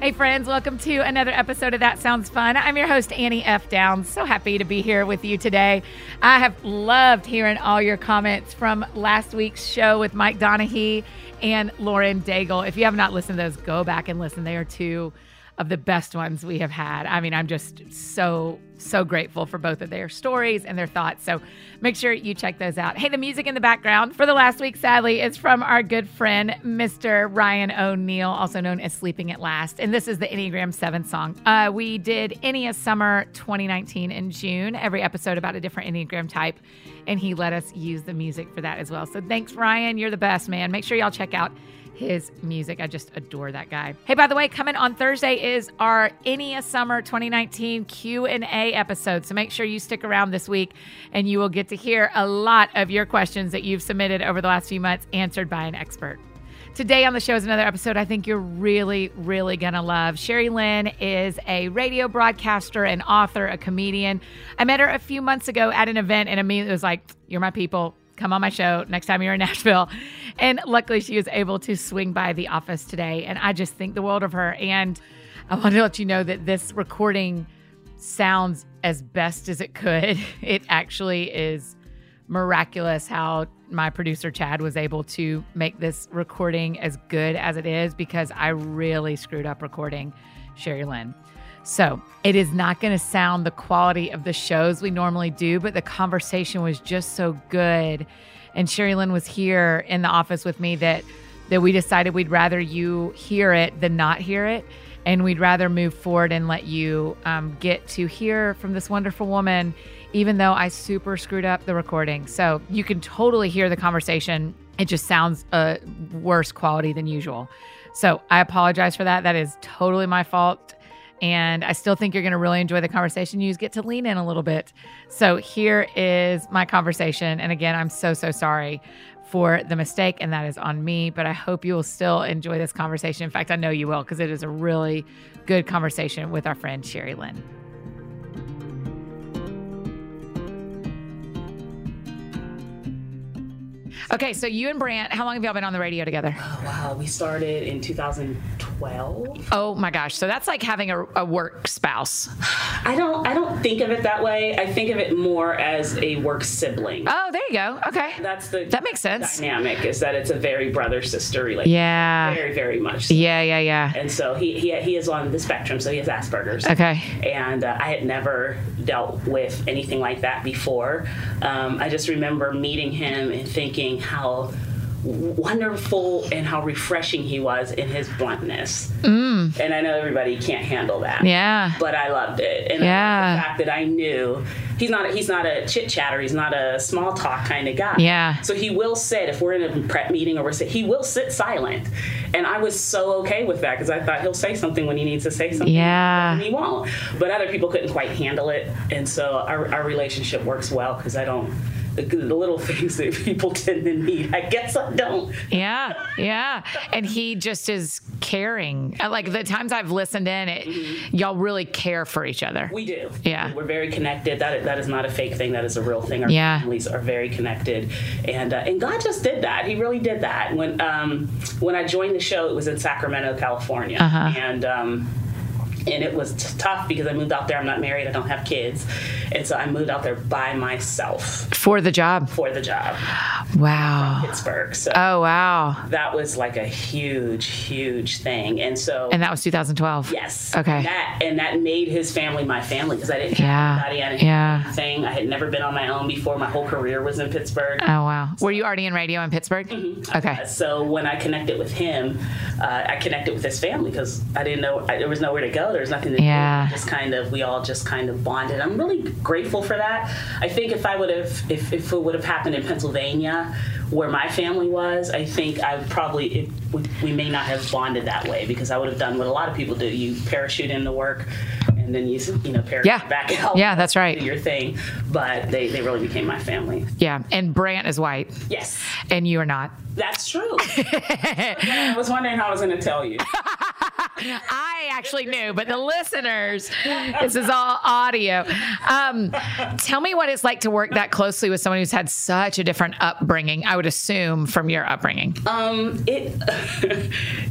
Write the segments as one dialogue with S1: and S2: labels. S1: Hey, friends, welcome to another episode of That Sounds Fun. I'm your host, Annie F. Downs. So happy to be here with you today. I have loved hearing all your comments from last week's show with Mike Donahue and Lauren Daigle. If you have not listened to those, go back and listen. They are two of the best ones we have had. I mean, I'm just so, so grateful for both of their stories and their thoughts. So make sure you check those out. Hey, the music in the background for the last week, sadly, is from our good friend, Mr. Ryan O'Neill, also known as Sleeping at Last. And this is the Enneagram 7 song. Uh, we did Enneagram Summer 2019 in June, every episode about a different Enneagram type. And he let us use the music for that as well. So thanks, Ryan. You're the best, man. Make sure y'all check out his music. I just adore that guy. Hey, by the way, coming on Thursday is our Ennea Summer 2019 Q&A episode. So make sure you stick around this week and you will get to hear a lot of your questions that you've submitted over the last few months answered by an expert. Today on the show is another episode I think you're really, really going to love. Sherry Lynn is a radio broadcaster, an author, a comedian. I met her a few months ago at an event and immediately was like, You're my people come on my show next time you're in Nashville. And luckily, she was able to swing by the office today. And I just think the world of her. And I want to let you know that this recording sounds as best as it could. It actually is miraculous how my producer Chad was able to make this recording as good as it is because I really screwed up recording Sherry Lynn. So it is not going to sound the quality of the shows we normally do, but the conversation was just so good. And Sherry Lynn was here in the office with me that that we decided we'd rather you hear it than not hear it, and we'd rather move forward and let you um, get to hear from this wonderful woman, even though I super screwed up the recording. So you can totally hear the conversation. It just sounds uh, worse quality than usual. So I apologize for that. That is totally my fault. And I still think you're going to really enjoy the conversation. You just get to lean in a little bit. So here is my conversation. And again, I'm so, so sorry for the mistake, and that is on me, but I hope you will still enjoy this conversation. In fact, I know you will because it is a really good conversation with our friend Sherry Lynn. Okay, so you and Brant, how long have y'all been on the radio together?
S2: Oh, wow, we started in 2012.
S1: Oh my gosh, so that's like having a, a work spouse.
S2: I don't I don't think of it that way. I think of it more as a work sibling.
S1: Oh, there you go. Okay.
S2: That's the
S1: That makes sense.
S2: dynamic is that it's a very brother sister relationship.
S1: Yeah.
S2: Very very much. so.
S1: Yeah, yeah, yeah.
S2: And so he, he he is on the spectrum, so he has Asperger's.
S1: Okay.
S2: and uh, I had never dealt with anything like that before. Um, I just remember meeting him and thinking how wonderful and how refreshing he was in his bluntness. Mm. And I know everybody can't handle that.
S1: Yeah.
S2: But I loved it. And I loved
S1: Yeah.
S2: the fact that I knew he's not a, he's not a chit chatter, he's not a small talk kind of guy.
S1: Yeah.
S2: So he will sit if we're in a prep meeting or we're sit, he will sit silent. And I was so okay with that because I thought he'll say something when he needs to say something
S1: Yeah.
S2: and he won't. But other people couldn't quite handle it, and so our, our relationship works well because I don't the, the little things that people tend to need. I guess I don't.
S1: Yeah, yeah. And he just is caring. Uh, Like the times I've listened in, it, y'all really care for each other.
S2: Mm-hmm. We do.
S1: Yeah.
S2: we're very connected. That that is not a fake thing. That is a real thing. Our
S1: Yeah.
S2: families are very connected, and uh, and God just did that. He really did that. When um when I joined the show, it was in Sacramento, California,
S1: Uh-huh.
S2: and um. and it was t- tough because I moved out there. I'm not married. I don't have kids, and so I moved out there by myself
S1: For the job.
S2: for the job,
S1: Wow.
S2: Pittsburgh. So
S1: Oh, wow.
S2: that was like a huge, huge thing, and so
S1: And that was 2012.
S2: yes,
S1: Okay.
S2: that and that made his family my family because I didn't
S1: Yeah.
S2: have anybody, I didn't
S1: Yeah.
S2: have anything. I had never been on my own before. My whole career was in Pittsburgh.
S1: Oh, wow. Were you already in radio in Pittsburgh? Okay.
S2: So when Mm-hmm. I connected with him, uh, I connected with his family because I didn't know I, there was nowhere to go. There was nothing to
S1: Yeah.
S2: do. Just kind of we all just kind of bonded. I'm really grateful for that. I think if I would have if, if it would have happened in Pennsylvania where my family was, I think I probably it, we, we may not have bonded that way because I would have done what a lot of people do. You parachute into work. And then you, s- you know, parachute
S1: Yeah.
S2: back out.
S1: Yeah, that's right.
S2: Do your thing, but they, they really became my family.
S1: Yeah. And Brant is white
S2: Yes,
S1: and you are not.
S2: that's true. I was wondering how I was going to tell you.
S1: I actually knew, but the listeners, this is all audio. Um, tell me what it's like to work that closely with someone who's had such a different upbringing, I would assume, from your upbringing.
S2: Um, it,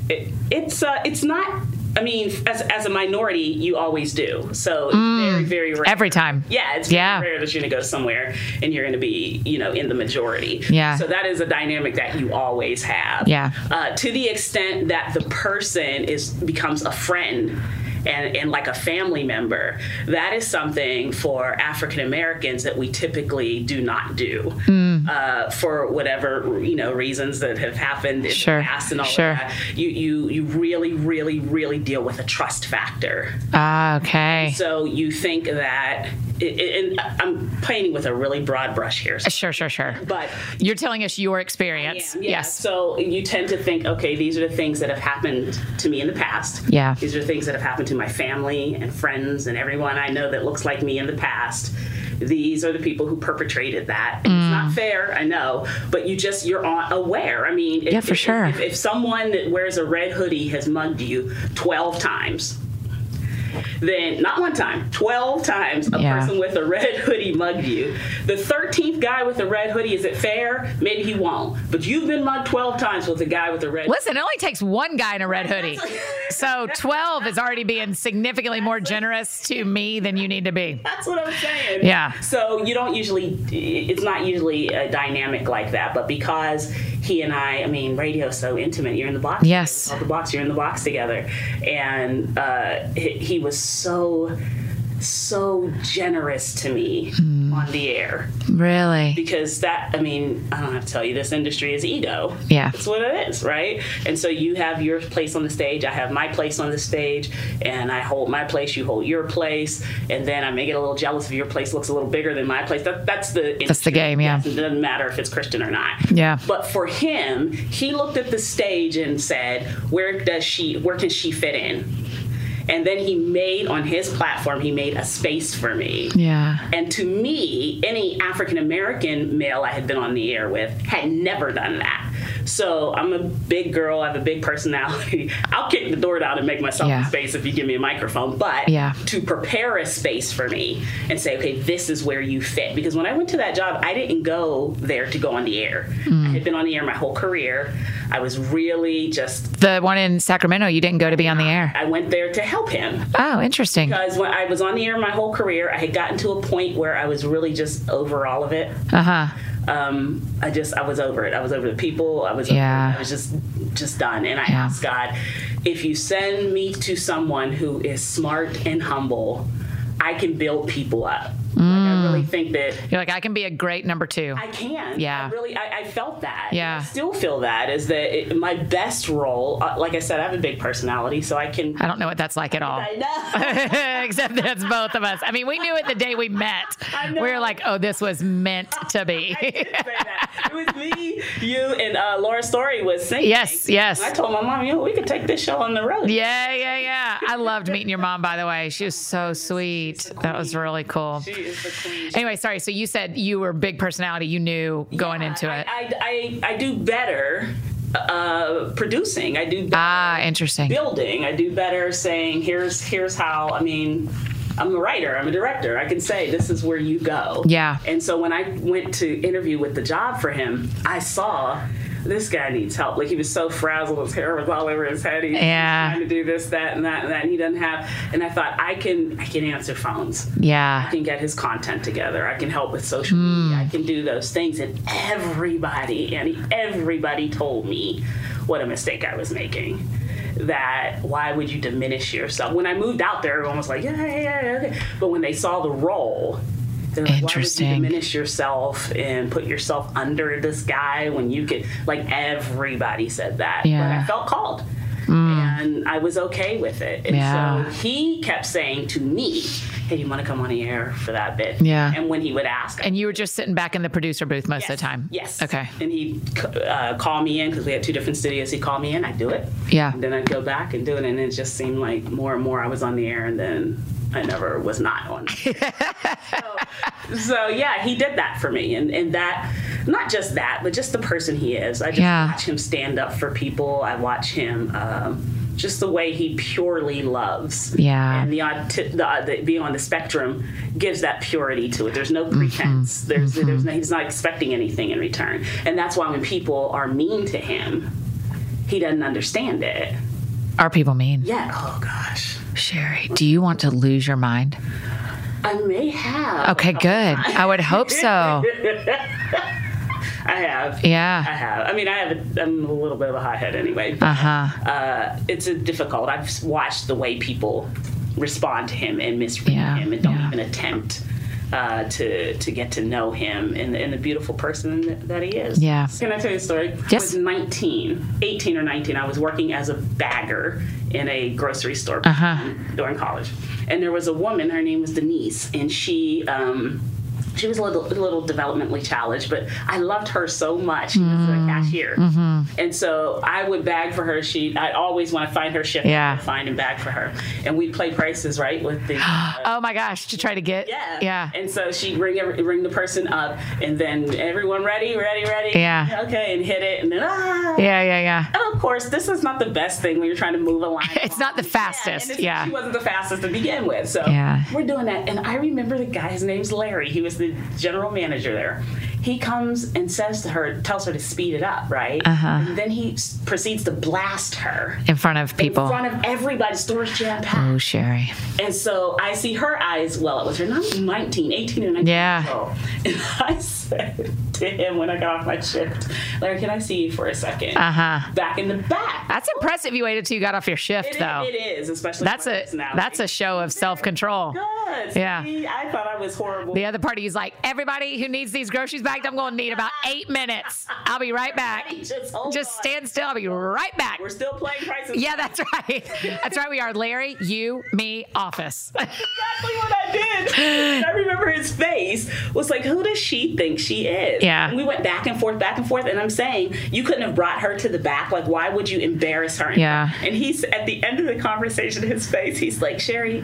S2: it it's uh, it's not I mean, as, as a minority, you always do. So it's very, very rare.
S3: Every time.
S2: Yeah, it's very
S3: Yeah.
S2: rare that you're going to go somewhere and you're going to be, you know, in the majority.
S3: Yeah.
S2: So that is a dynamic that you always have.
S3: Yeah.
S2: Uh, to the extent that the person is becomes a friend. And, and like a family member, that is something for African Americans that we typically do not do
S3: Mm.
S2: uh, for whatever you know reasons that have happened in
S3: Sure.
S2: the past and all
S3: Sure.
S2: of that. You you you really really really deal with a trust factor.
S3: Ah, okay.
S2: So you think that, it, it, and I'm painting with a really broad brush here,
S3: Sure, sure, sure.
S2: but
S3: You're telling us your experience.
S2: yeah, yeah.
S3: Yes.
S2: So you tend to think, okay, these are the things that have happened to me in the past.
S3: Yeah.
S2: These are things that have happened to my family and friends and everyone I know that looks like me in the past. These are the people who perpetrated that. And It's
S3: Mm.
S2: not fair, I know, but you just you're on, aware. I mean, if,
S3: Yeah, for
S2: if-
S3: sure.
S2: If, if someone that wears a red hoodie has mugged you twelve times. Then not one time, twelve times a
S3: Yeah.
S2: person with a red hoodie mugged you. The thirteenth guy with a red hoodie, is it fair? Maybe he won't. But you've been mugged twelve times with a guy with a red
S3: Listen, it only takes one guy in a red hoodie. So 12 is already being significantly more generous to me than you need to be.
S2: That's what I'm saying.
S3: Yeah.
S2: So you don't usually, it's not usually a dynamic like that, but because he and I, I mean, radio is so intimate. You're in the box.
S3: Yes.
S2: It's called the box. You're in the box together. And uh, he, he was so, so generous to me
S3: Hmm.
S2: on the air
S3: Really?
S2: because that, I mean, I don't have to tell you, this industry is ego.
S3: Yeah.
S2: That's what it is, right? And so you have your place on the stage, I have my place on the stage, and I hold my place, you hold your place, and then I may get a little jealous if your place looks a little bigger than my place. That, that's the
S3: That's the game, yeah.
S2: Yes, it doesn't matter if it's Christian or not.
S3: Yeah.
S2: But for him, he looked at the stage and said, "Where does she? Where can she fit in?" And then he made on his platform, he made a space for me.
S3: Yeah.
S2: And to me, any African American male I had been on the air with had never done that. So I'm a big girl, I have a big personality. I'll kick the door down and make myself
S3: Yeah.
S2: a space if you give me a microphone. But
S3: Yeah.
S2: to prepare a space for me and say, okay, this is where you fit. Because when I went to that job, I didn't go there to go on the air.
S3: Hmm.
S2: I had been on the air my whole career. I was really just,
S3: The one in Sacramento, you didn't go to be on the air.
S2: I went there to help him.
S3: Oh, interesting.
S2: Because when I was on the air my whole career, I had gotten to a point where I was really just over all of it.
S3: Uh huh.
S2: um, I just I was over it. I was over the people. I was
S3: Yeah.
S2: over it. I was just just done. And I
S3: Yeah.
S2: asked God, if you send me to someone who is smart and humble, I can build people up. Like
S3: Mm.
S2: I really think that
S3: You're like, I can be a great number two.
S2: I can.
S3: Yeah.
S2: I really, I, I felt that.
S3: Yeah.
S2: I still feel that is that it, my best role. Uh, like I said, I have a big personality, so I can.
S3: I don't know what that's like at all.
S2: I know.
S3: Except that's both of us. I mean, we knew it the day we met. We
S2: know.
S3: were like, oh, this was meant to be.
S2: I did say that. It was me, you, and uh, Laura Story was singing.
S3: yes, yes.
S2: I told my mom, you know, we could take this show on the road.
S3: Yeah, yeah, yeah. I loved meeting your mom, by the way. She was so sweet. That was really cool.
S2: She is the queen.
S3: Anyway, sorry. So you said you were a big personality. You knew going
S2: Yeah,
S3: into it.
S2: Uh, I, I, I, I do better uh, producing. I do better
S3: ah, interesting.
S2: building. I do better saying here's here's how. I mean, I'm a writer. I'm a director. I can say this is where you go.
S3: Yeah.
S2: And so when I went to interview with the job for him, I saw. This guy needs help. Like he was so frazzled, his hair was all over his head. He was
S3: Yeah.
S2: trying to do this, that, and that, and that. And he doesn't have. And I thought, I can, I can answer phones. I
S3: Yeah.
S2: can get his content together. I can help with social
S3: Hmm.
S2: media. I can do those things. And everybody, and everybody told me what a mistake I was making. That why would you diminish yourself? When I moved out there, everyone was like, yeah, yeah, yeah, okay. But when they saw the role, they're like, why would you
S3: Interesting.
S2: diminish yourself and put yourself under this guy when you could? Like everybody said that. But
S3: Yeah. Hmm.
S2: I felt called. And I was okay with it. And
S3: Yeah.
S2: so he kept saying to me, Hey, you want to come on the air for that bit?
S3: Yeah.
S2: And when he would ask,
S3: And you were just sitting back in the producer booth most of
S2: Yes.
S3: the time.
S2: Yes.
S3: Okay.
S2: And he'd uh, call me in because we had two different studios. He'd call me in, I'd do it.
S3: Yeah.
S2: And uh, then I'd go back and do it. And it just seemed like more and more I was on the air and then I never was not on. so, so, yeah, he did that for me. And, and that, not just that, but just the person he is. I just
S3: Yeah.
S2: watch him stand up for people. I watch him. Um, just the way he purely loves,
S3: Yeah.
S2: and the, auti- the, the being on the spectrum gives that purity to it. There's no
S1: Mm-hmm.
S2: pretense. There's, there's no, he's not expecting anything in return, and that's why when people are mean to him, he doesn't understand it.
S1: Are people mean?
S2: Yeah. Oh gosh.
S1: Sherry, do you want to lose your mind?
S2: I may have.
S1: Okay, good. I would hope so.
S2: I have. I
S1: Yeah.
S2: have. I mean, I have. A, I'm a little bit of a hothead anyway.
S1: Uh huh.
S2: uh, it's a difficult. I've s- watched the way people respond to him and misread
S1: Yeah,
S2: him and don't
S1: yeah.
S2: even attempt uh, to to get to know him and, and the beautiful person that, that he is.
S1: Yeah.
S2: Can I tell you a story?
S1: Yes.
S2: I was 19, 18 or 19. I was working as a bagger in a grocery store
S1: Uh-huh.
S2: during college, and there was a woman. Her name was Denise, and she. Um, she was a little, a little developmentally challenged, but I loved her so much. She was
S1: Mm-hmm.
S2: a cashier, and so I would bag for her. She, I always want to find her shift.
S1: Yeah.
S2: I'd find and bag for her, and we'd play prices right with the.
S1: Oh my gosh, to try to get.
S2: Yeah.
S1: Yeah.
S2: And so she ring every, ring the person up, and then everyone ready, ready, ready.
S1: Yeah.
S2: Okay, and hit it, and then ah.
S1: Yeah, yeah, yeah.
S2: And of course, this is not the best thing when you're trying to move a line.
S1: It's not the fastest,
S2: and it's-
S1: yeah.
S2: She wasn't the fastest to begin with. So
S1: Yeah.
S2: we're doing that. And I remember the guy, his name's Larry. He was the general manager there. He comes and says to her, tells her to speed it up, right? Uh-huh. And then he s- proceeds to blast her
S1: In front of
S2: in
S1: people.
S2: front of everybody. Store's jam packed.
S1: Oh, Sherry.
S2: And so I see her eyes, well, it was her 19, 18 or 19
S1: Yeah.
S2: years old. And I said to him when I got off my shift, Larry, can I see you for a second?
S1: Uh-huh.
S2: Back in the back.
S1: That's impressive you waited till you got off your shift,
S2: It is-
S1: though.
S2: it is, especially
S1: That's
S2: my
S1: a
S2: personality.
S1: that's a show of self control.
S2: good.
S1: Yeah.
S2: See, I thought I was horrible.
S1: The other party is like, everybody who needs these groceries bagged, I'm going to need about eight minutes. I'll be right back.
S2: Everybody just hold
S1: Just
S2: on.
S1: stand still. I'll be right back.
S2: We're still playing prices.
S1: Yeah, that's right. That's right. We are Larry, you, me, office.
S2: exactly what I did. I remember his face was like, "Who does she think she is?"
S1: Yeah.
S2: And we went back and forth, back and forth, and I'm saying you couldn't have brought her to the back. Like, why would you embarrass her?
S1: Yeah.
S2: And he's at the end of the conversation, his face, he's like, "Sherry."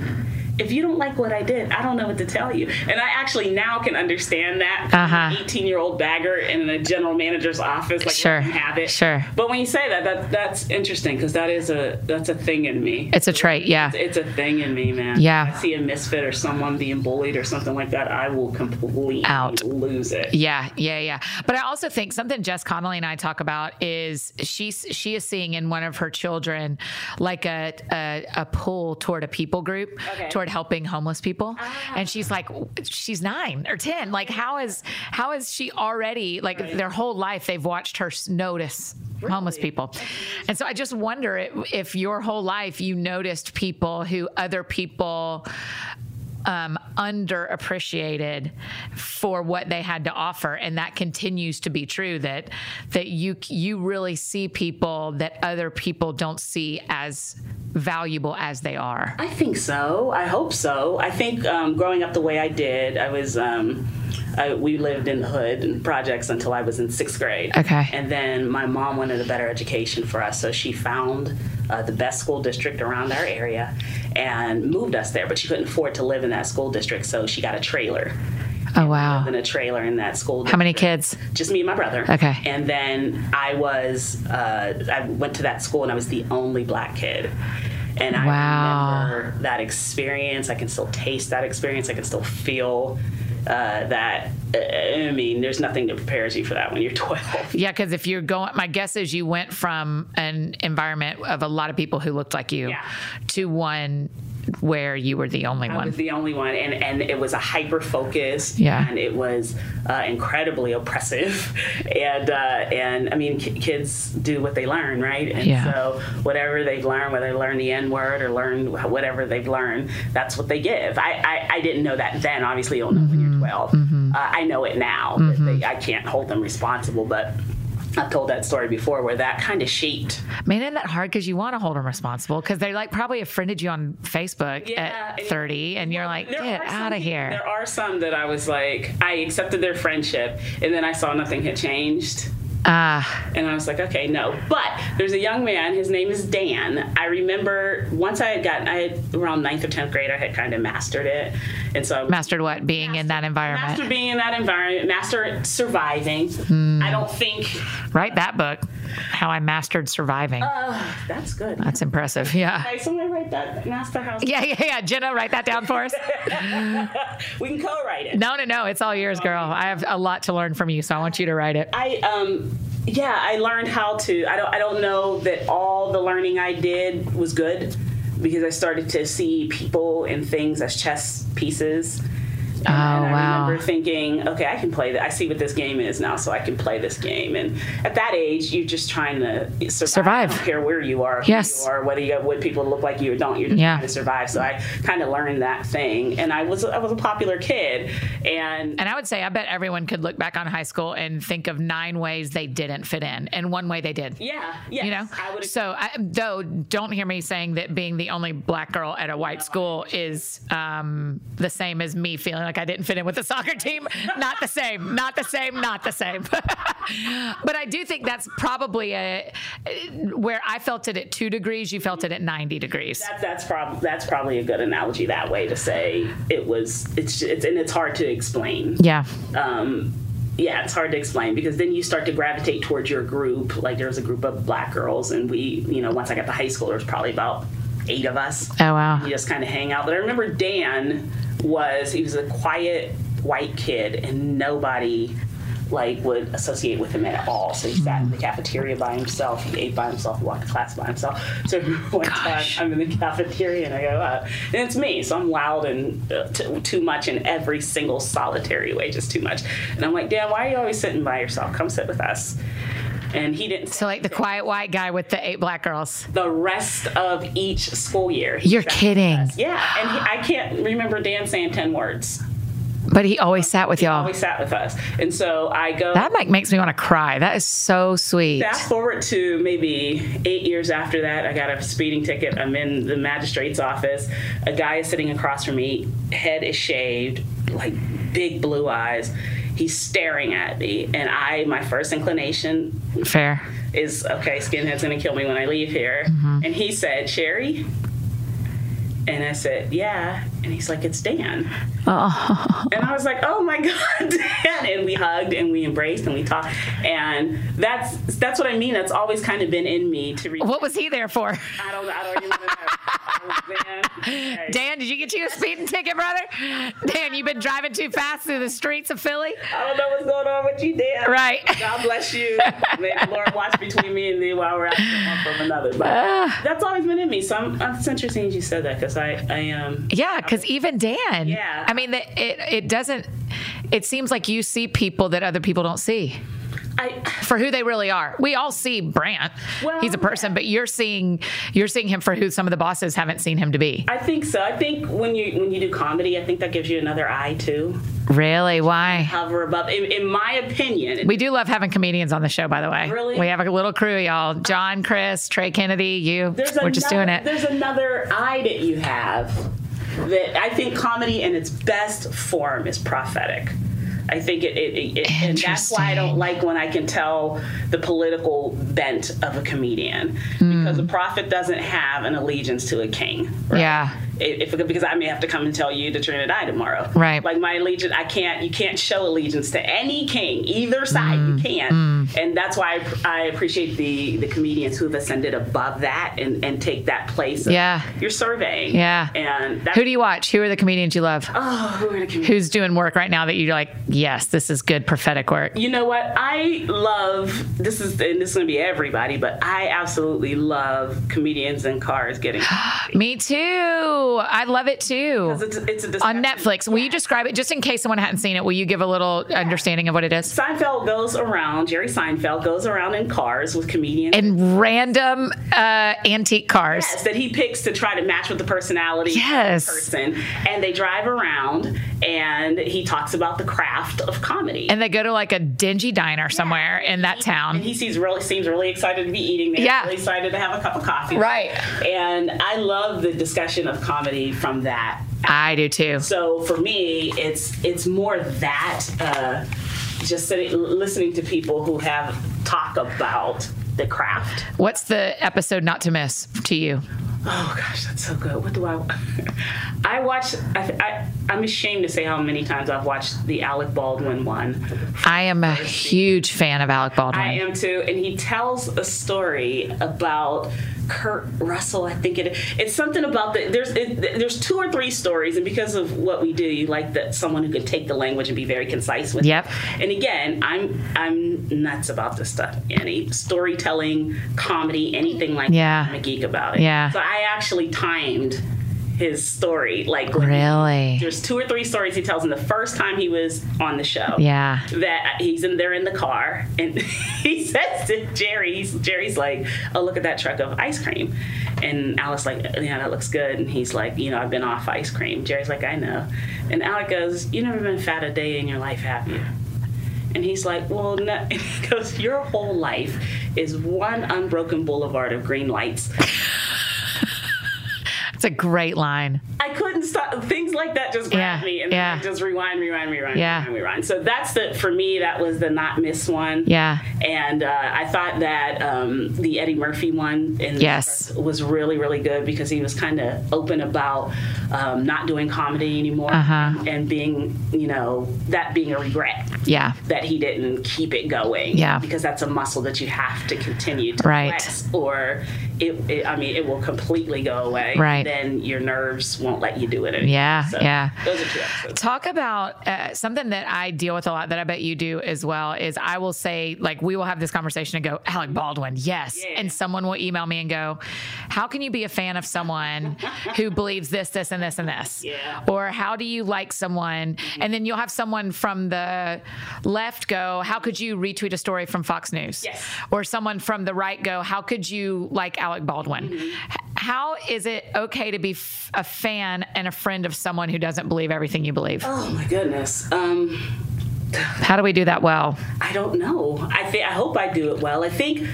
S2: If you don't like what I did, I don't know what to tell you. And I actually now can understand that
S1: Uh-huh.
S2: 18 year old bagger in a general manager's office, like
S1: Sure.
S2: let him have it.
S1: Sure.
S2: But when you say that, that that's interesting because that is a that's a thing in me
S1: It's a trait. Yeah.
S2: it's a thing in me, man.
S1: Yeah.
S2: I see a misfit or someone being bullied or something like that, I will completely
S1: Out.
S2: lose it.
S1: Yeah, yeah, yeah. But I also think something Jess Connolly and I talk about is she's she is seeing in one of her children like a a, a pull toward a people group,
S2: Okay.
S1: toward helping homeless people,
S2: Ah.
S1: and she's like, she's nine or ten. Like, how is how is she already like their whole life they've watched her s- notice homeless people, and so I just wonder i- if your whole life you noticed people who other people um, underappreciated for what they had to offer, and that continues to be true. That that you you really see people that other people don't see as valuable as they are.
S2: I think so. I hope so. I think um, growing up the way I did, I was. Um, I, we lived in the hood and projects until I was in sixth grade.
S1: Okay.
S2: And then my mom wanted a better education for us, so she found uh, the best school district around our area and moved us there. But she couldn't afford to live in that school district, so she got a trailer.
S1: Oh wow!
S2: In a trailer in that school.
S1: How many kids?
S2: just me and my brother.
S1: Okay.
S2: And then I was, uh, I went to that school and I was the only black kid. And I
S1: Wow.
S2: remember that experience. I can still taste that experience. I can still feel uh, that. uh, I mean, there's nothing that prepares you for that when you're 12.
S1: Yeah, because if you're going, my guess is you went from an environment of a lot of people who looked like you
S2: Yeah.
S1: to one where you were the only
S2: I was
S1: one.
S2: the only one, and, and it was a hyper focus,
S1: Yeah.
S2: and it was uh, incredibly oppressive, and uh, and I mean, ki kids do what they learn, right? And
S1: Yeah.
S2: so whatever they've learned, whether they learn the N word or learn wh- whatever they've learned, that's what they give. I I, I didn't know that then. Obviously, you don't know when
S1: Mm-hmm.
S2: you're 12. Uh, I know it now. that They, I can't hold them responsible, but. I've told that story before where that kind of shaped
S1: Man, isn't that hard? Because you want to hold them responsible because they like probably have friended you on Facebook
S2: Yeah,
S1: at
S2: and-
S1: 30, and you're like,
S2: There
S1: get
S2: are some
S1: out of
S2: people-
S1: here.
S2: There are some that I was like, I accepted their friendship, and then I saw nothing had changed.
S1: Ah,
S2: And I was like, okay, no. But there's a young man, his name is Dan. I remember once I had gotten, I had around ninth or 10th grade, I had kind of mastered it. And so I was
S1: mastered what? Being in that environment.
S2: master being in that environment, master surviving.
S1: Hmm.
S2: I don't think
S1: Write that book, How I Mastered Surviving.
S2: uh, that's good.
S1: That's impressive. Yeah.
S2: Hey, somebody write that master house.
S1: Yeah, yeah, yeah. Jenna, write that down for us.
S2: We can co-write it.
S1: No, no, no. It's all yours, girl. I have a lot to learn from you, so I want you to write it.
S2: I um yeah, I learned how to. I don't. I don't know that all the learning I did was good, because I started to see people and things as chess pieces. And
S1: Oh,
S2: I
S1: wow.
S2: remember thinking, okay, I can play that. I see what this game is now, so I can play this game. And at that age, you're just trying to survive.
S1: Survive.
S2: I don't care where you are, who
S1: Yes.
S2: you are, whether you have what people look like you or don't. You're just
S1: Yeah.
S2: trying to survive. So I kind of learned that thing, and I was I was a popular kid, and
S1: And I would say, I bet everyone could look back on high school and think of nine ways they didn't fit in and one way they did.
S2: yeah, yes,
S1: You know,
S2: I would.
S1: so I, though, don't hear me saying that being the only black girl at a white school is um, the same as me feeling like I didn't fit in with the soccer team. Not the same. Not the same. Not the same. but I do think that's probably a where I felt it at two degrees, you felt it at ninety degrees.
S2: That- That's prob- that's probably a good analogy that way to say it was it's it's and it's hard to explain.
S1: Yeah.
S2: Um, yeah, it's hard to explain because then you start to gravitate towards your group. Like there was a group of black girls, and we, you know, once I got to high school, there was probably about eight of us.
S1: Oh wow.
S2: You just kind of hang out. But I remember Dan was he was a quiet white kid, and nobody like would associate with him at all. So he sat in the cafeteria by himself. He ate by himself. Walked to class by himself. So I remember one
S1: Gosh.
S2: time I'm in the cafeteria and I go, uh, and it's me. So I'm loud and uh, t- too much in every single solitary way, just too much. And I'm like, Dan, why are you always sitting by yourself? Come sit with us. And he didn't.
S1: So like the quiet white guy with the eight black girls.
S2: the rest of each school year. he
S1: You're
S2: sat
S1: kidding.
S2: yeah, and he, I can't remember Dan saying 10 words.
S1: But he always sat with y'all.
S2: Always sat with us. And so I go
S1: That like makes me want to cry. That is so sweet.
S2: fast forward to maybe eight years after that. I got a speeding ticket. I'm in the magistrate's office. A guy is sitting across from me, head is shaved, like big blue eyes. He's staring at me. And I, my first inclination
S1: Fair.
S2: is okay, skinhead's gonna kill me when I leave here. And he said, Sherry? And I said, yeah. And he's like, it's Dan. And I was like, oh my God, Dan. And we hugged and we embraced and we talked. And that's that's what I mean. That's always kind of been in me to reach.
S1: What was he there for?
S2: I don't, I don't even know. I was Dan. Okay.
S1: Dan, did you get you a speeding ticket, brother? Dan, you've been driving too fast through the streets of Philly.
S2: I don't know what's going on with you, Dan.
S1: Right.
S2: God bless you. May the Lord watch between me and thee while we're out there one from another. But that's always been in me. So I'm, it's interesting you said that because I, I um, am.
S1: Yeah, because even Dan.
S2: Yeah.
S1: I mean, the, it it doesn't. It seems like you see people that other people don't see
S2: I,
S1: for who they really are. We all see Brant.
S2: Well,
S1: He's a person, but you're seeing you're seeing him for who some of the bosses haven't seen him to be.
S2: I think so. I think when you when you do comedy, I think that gives you another eye too.
S1: Really? Why?
S2: Hover above, in, in my opinion.
S1: We do love having comedians on the show, by the way.
S2: Really?
S1: We have a little crew, y'all. John, Chris, Trey Kennedy, you. We're
S2: there's
S1: just
S2: another-
S1: doing it.
S2: There's another eye that you have that I think comedy in its best form is prophetic. I think it, it, it, it and that's why I don't like when I can tell the political bent of a comedian because
S1: Hmm.
S2: a prophet doesn't have an allegiance to a king. right?
S1: Yeah.
S2: If, if- because I may have to come and tell you that you're gonna die tomorrow.
S1: Right.
S2: Like my allegiance, I can't. You can't show allegiance to any king,
S1: Mm,
S2: either side. you can't. And that's why I, I appreciate the the comedians who have ascended above that and and take that place. of-
S1: Yeah.
S2: You're surveying.
S1: Yeah.
S2: And that's
S1: Who do you watch? Who are the comedians you love?
S2: oh, who are the comedians?
S1: Who's doing work right now that you're like, yes, this is good prophetic work?
S2: You know what? I love this is and this is gonna be everybody, but I absolutely love comedians in cars getting
S1: Me too. I love it too.
S2: it's, it's a
S1: On
S2: discussion.
S1: Netflix, will you describe it just in case someone hadn't seen it? Will you give a little understanding of what it is?
S2: Seinfeld goes around. Jerry Seinfeld goes around in cars with comedians.
S1: In random uh, antique cars.
S2: Yes, that he picks to try to match with the personality
S1: Yes.
S2: of the person. And they drive around and he talks about the craft of comedy.
S1: And they go to like a dingy diner somewhere in that
S2: and
S1: town.
S2: he sees really seems really excited to be eating there.
S1: Yeah.
S2: Really excited to have a cup of coffee.
S1: Right.
S2: And I love the discussion of comedy from that
S1: I do too.
S2: so for me it's it's more that uh, just sitting, listening to people who have talk about the craft
S1: What's the episode not to miss to you?
S2: oh gosh that's so good what do i i watch I, I i'm ashamed to say how many times i've watched the alec baldwin one
S1: I am a huge fan of Alec Baldwin.
S2: I am too. And he tells a story about Kurt Russell, I think it. It's something about the there's it, there's two or three stories, and because of what we do, you like that someone who could take the language and be very concise with.
S1: Yep.
S2: It. And again, I'm I'm nuts about this stuff. Any storytelling, comedy, anything like
S1: Yeah.
S2: that. I'm a geek about it.
S1: Yeah.
S2: So I actually timed his story like when-
S1: Really?
S2: There's two or three stories he tells, and the first time he was on the show
S1: Yeah.
S2: that he's in there in the car and he says to Jerry, he's, Jerry's like, oh, look at that truck of ice cream. And Alice like, yeah, that looks good. And he's like, you know, I've been off ice cream. Jerry's like, I know. And Alec goes, you never been fat a day in your life, have you? And he's like, well, no. And he goes, your whole life is one unbroken boulevard of green lights.
S1: It's a great line.
S2: I couldn't stop. Things like that just grabbed
S1: Yeah,
S2: me, and
S1: yeah.
S2: then I just rewind, rewind, rewind,
S1: Yeah.
S2: rewind, rewind. So that's the for me. That was the not miss one.
S1: Yeah.
S2: And uh, I thought that um, the Eddie Murphy one in the
S1: Yes.
S2: first was really, really good because he was kind of open about um, not doing comedy anymore
S1: Uh-huh.
S2: and being, you know, that being a regret
S1: Yeah.
S2: that he didn't keep it going.
S1: Yeah.
S2: Because that's a muscle that you have to continue to
S1: Right.
S2: flex, or it, it, I mean, it will completely go away.
S1: Right.
S2: Then your nerves won't let you do it anymore.
S1: Yeah,
S2: So
S1: yeah.
S2: Those are two episodes.
S1: Talk about uh, something that I deal with a lot that I bet you do as well is I will say, like, we will have this conversation and go, Alec Baldwin, yes.
S2: Yeah.
S1: And someone will email me and go, How can you be a fan of someone who believes this, this, and this, and this?
S2: Yeah.
S1: Or how do you like someone?
S2: Mm-hmm.
S1: And then you'll have someone from the left go, How could you retweet a story from Fox News?
S2: Yes.
S1: Or someone from the right go, How could you like Alec Baldwin?
S2: Mm-hmm.
S1: H- How is it okay to be f- a fan and a friend of someone who doesn't believe everything you believe?
S2: Oh my goodness. Um,
S1: How do we do that well?
S2: I don't know. I think I hope I do it well. I think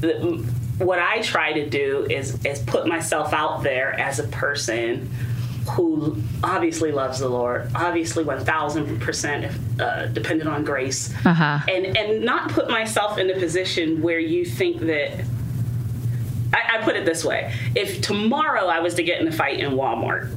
S2: that mm, what I try to do is is put myself out there as a person who obviously loves the Lord, obviously one thousand percent uh, dependent on grace, and and not put myself in a position where you think that. I, I put it this way: If tomorrow I was to get in a fight in Walmart,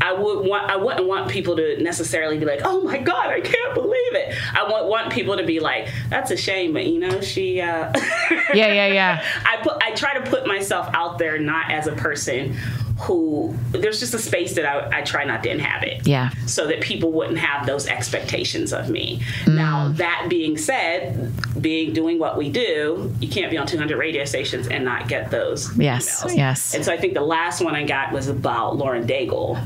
S2: I would want I wouldn't want people to necessarily be like, "Oh my God, I can't believe it." I want want people to be like, "That's a shame," but you know, she. Uh,
S1: Yeah, yeah, yeah.
S2: I put I try to put myself out there not as a person who there's just a space that I, I try not to inhabit
S1: Yeah.
S2: so that people wouldn't have those expectations of me. Now,
S1: Mm.
S2: that being said, being doing what we do, you can't be on 200 radio stations and not get those.
S1: Yes,
S2: emails.
S1: yes.
S2: And so I think the last one I got was about Lauren Daigle.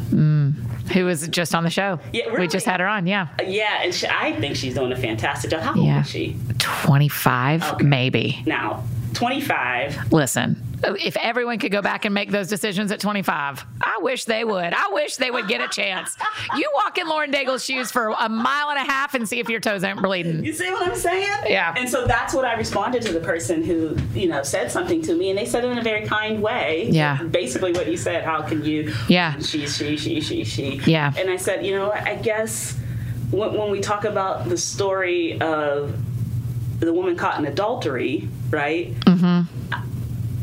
S1: Who was just on the show?
S2: Yeah,
S1: We
S2: really?
S1: just had her on. Yeah.
S2: Uh, Yeah, and she, I think she's doing a fantastic job. How old
S1: Yeah.
S2: is she
S1: 25,
S2: Okay.
S1: maybe.
S2: now? 25.
S1: Listen, if everyone could go back and make those decisions at 25, I wish they would. I wish they would get a chance. You walk in Lauren Daigle's shoes for a mile and a half and see if your toes aren't bleeding.
S2: You see what I'm saying?
S1: Mm. Yeah.
S2: And so that's what I responded to the person who, you know, said something to me, and they said it in a very kind way.
S1: Yeah.
S2: Basically, what you said. How can you?
S1: Yeah.
S2: She, she, she, she, she.
S1: Yeah.
S2: And I said, you know, I guess when, when we talk about the story of the woman caught in adultery, right?
S1: Mm-hmm.